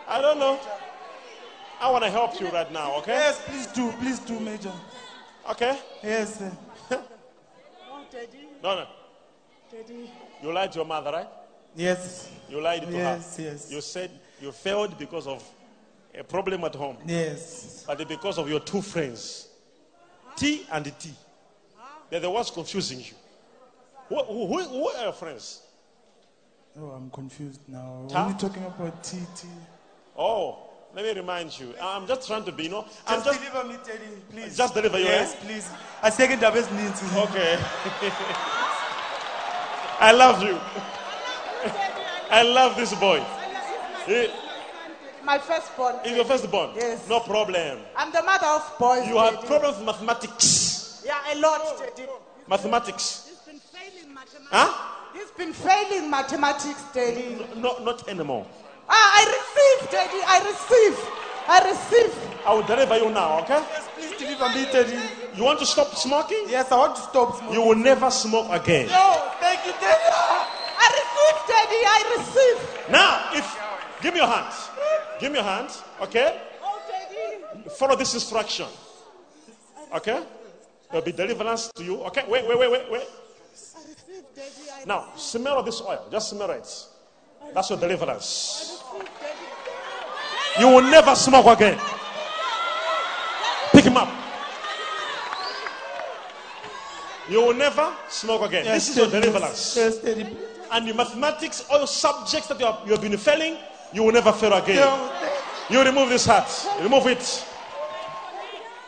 I don't know. I want to help you right now, okay?
Yes, please do, please do, Major.
Okay?
Yes, uh,
Oh, Daddy.
No, no.
Daddy.
You lied to your mother, right?
yes,
You lied to
yes,
her.
yes,
You said you failed because of a problem at home,
yes.
but because of your two friends, T and T. They're the ones confusing you. Who, who, who- who are your friends?
Oh, I'm confused now.
Huh?
Are we talking about TT?
Oh, let me remind you. I'm just trying to be, you know. I'm
Just,
just.
deliver me, Daddy, please.
Just deliver you,
Yes, please. I second the best needs.
Oh.
Okay. I love you. I love this boy. He-
My firstborn.
He's your firstborn.
Yes.
No problem.
I'm the mother of boys.
You had
Daddy.
problems with mathematics.
Yeah, a lot, Daddy. Oh,
Mathematics.
He's been failing mathematics.
Huh?
He's been failing mathematics, Daddy.
No, not anymore.
Ah, I receive, Daddy. I receive. I receive.
I will deliver you now, okay?
Yes, please deliver me, Daddy.
You want to stop smoking?
Yes, I want to stop smoking.
You will never smoke again.
No, thank you, Daddy.
Ah, I receive, Daddy. I receive.
Now, if give me your hand, give me your hand, okay?
Oh, Daddy.
Follow this instruction, okay? There'll be deliverance to you, okay? Wait, wait, wait, wait, wait.
I receive, Daddy. I
Now, smell of this oil. Just smell it. That's your deliverance.
receive, Daddy.
You will never smoke again. Pick him up. You will never smoke again.
Yes,
this is your
Daddy,
deliverance.
Yes, Daddy.
And the mathematics, all subjects that you have, you have been failing, you will never fail again. You remove this hat. Remove it.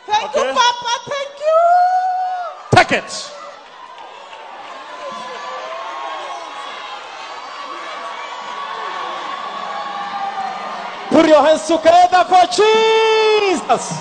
Thank
Okay.
you, Papa. Thank you.
Take it.
Put your hands together for Jesus.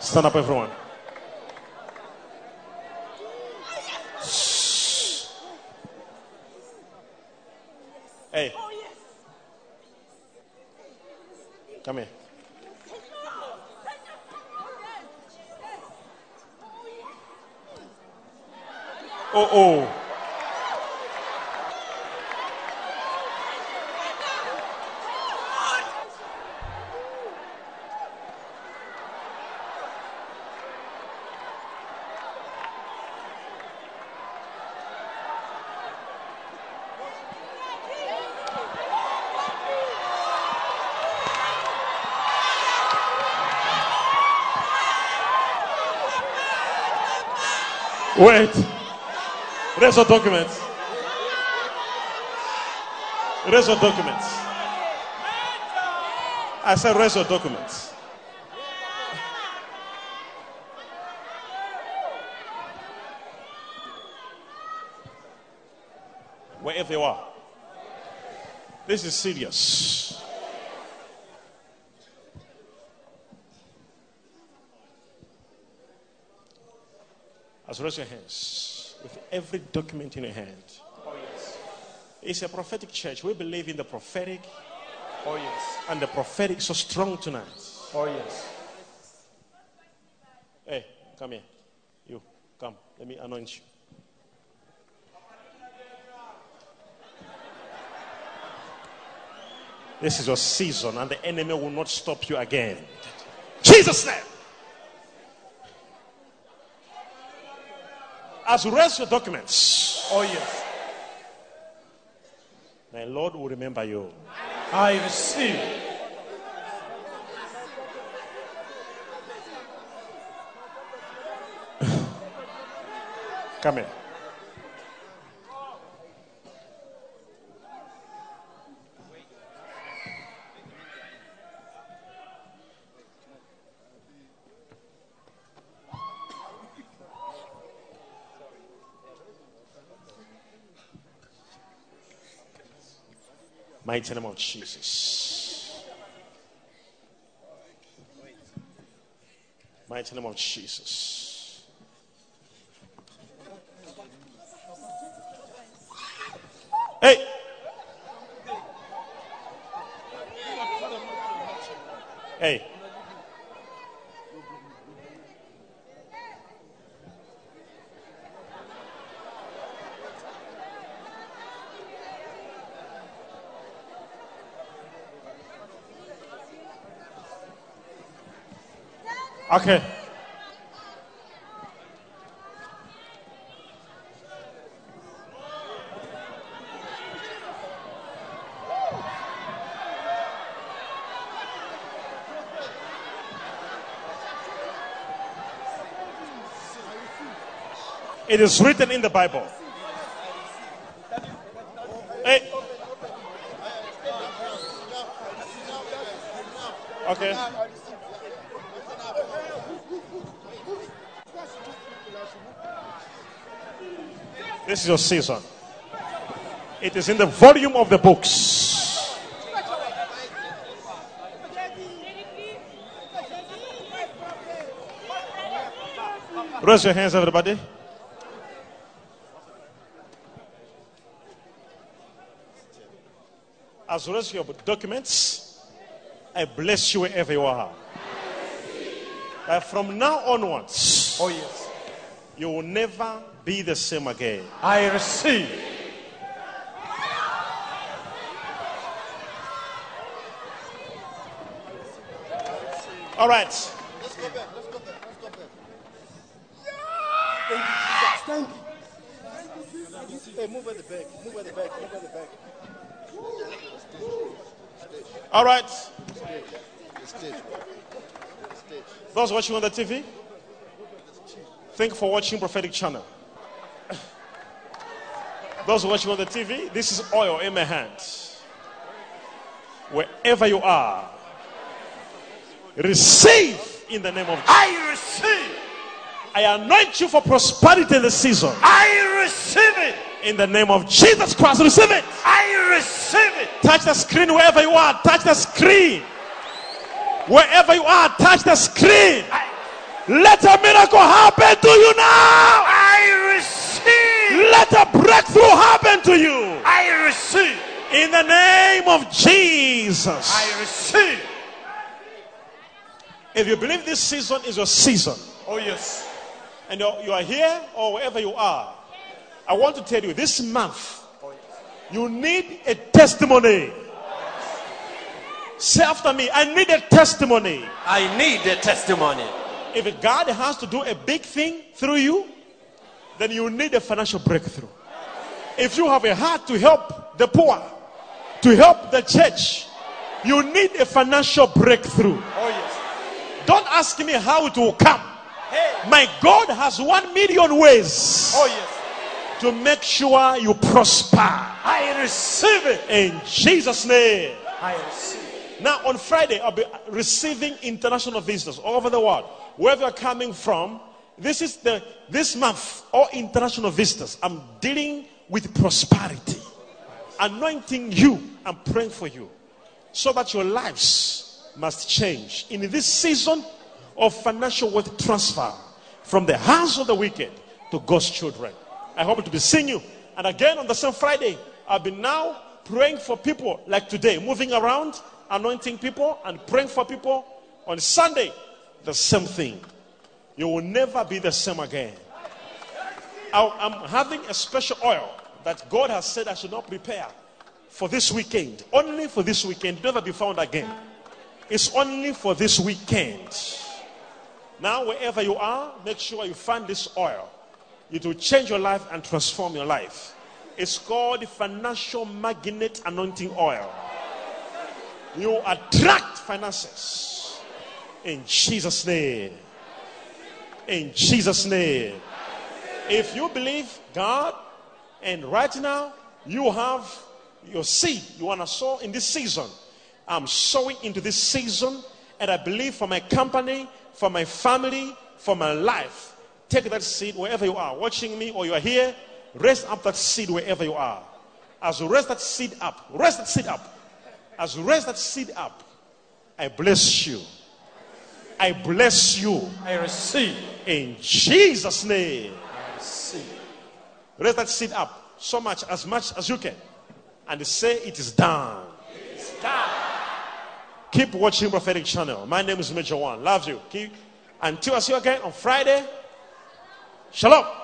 Stand up, everyone. Hey.
Oh, yes.
Come here. Oh, oh. Wait. Raise your documents. Raise your documents. I said, raise your documents. Wherever you are. This is serious. As raise your hands with every document in your hand.
Oh, yes.
It's a prophetic church. We believe in the prophetic,
Oh, yes.
and the prophetic so strong tonight.
Oh, yes.
Hey, come here. You, come. Let me anoint you. This is your season, and the enemy will not stop you again. Jesus' name. As you raise your documents,
Oh, yes.
my Lord will remember you.
I receive.
Come here. Mighty name of Jesus. Mighty name of Jesus. Hey. Hey. Okay. It is written in the Bible. Eh. Hey. Okay. This is your season. It is in the volume of the books. Raise your hands, everybody. As well as your documents, I bless you wherever you are. Uh, from now onwards,
Oh, yes.
you will never be the same again.
I receive.
All right.
Let's go back. Let's go back. Let's go back.
Thank you.
Hey, move at the back. Move at the back. Move at the back.
All right.
Stage. The stage. bro. The stage.
Those watching on the TV, thank you for watching Prophetic Channel. Those watching on the TV, this is oil in my hand. Wherever you are, receive in the name of Jesus.
I receive.
I anoint you for prosperity this season.
I receive it.
In the name of Jesus Christ, receive it.
I receive it.
Touch the screen wherever you are. Touch the screen. Wherever you are, touch the screen. Let a miracle happen to you now.
I receive.
Let a breakthrough happen to you.
I receive.
In the name of Jesus.
I receive.
If you believe this season is your season,
Oh, yes.
and you're- you are here or wherever you are, I want to tell you this month, you need a testimony. Say after me, I need a testimony.
I need a testimony.
If God has to do a big thing through you, then you need a financial breakthrough. If you have a heart to help the poor, to help the church, you need a financial breakthrough.
Oh, yes.
Don't ask me how it will come. My God has one million ways
Oh, yes.
to make sure you prosper. I receive it in Jesus' name.
I receive.
Now, on Friday, I'll be receiving international visitors all over the world. Wherever you're coming from, this is the this month, all international visitors. I'm dealing with prosperity, anointing you, and praying for you, so that your lives must change in this season of financial wealth transfer from the hands of the wicked to God's children. I hope to be seeing you. And again on the same Friday, I've been now praying for people like today, moving around, anointing people, and praying for people. On Sunday, the same thing. You will never be the same again. I- I'm having a special oil that God has said I should not prepare for this weekend. Only for this weekend, never be found again. It's only for this weekend. Now, wherever you are, make sure you find this oil. It will change your life and transform your life. It's called financial magnet anointing oil. You attract finances in Jesus' name. In Jesus' name. If you believe God, and right now you have your seed you want to sow in this season, I'm sowing into this season, and I believe for my company, for my family, for my life. Take that seed wherever you are, watching me or you are here, raise up that seed wherever you are. As you raise that seed up, raise that seed up. As you raise that seed up, I bless you. I bless you.
I receive.
In Jesus' name.
I receive.
Raise that seed up so much, as much as you can. And say, It is done. Keep watching Prophetic Channel. My name is Major One. Love you. Keep, until I see you again on Friday. Shalom.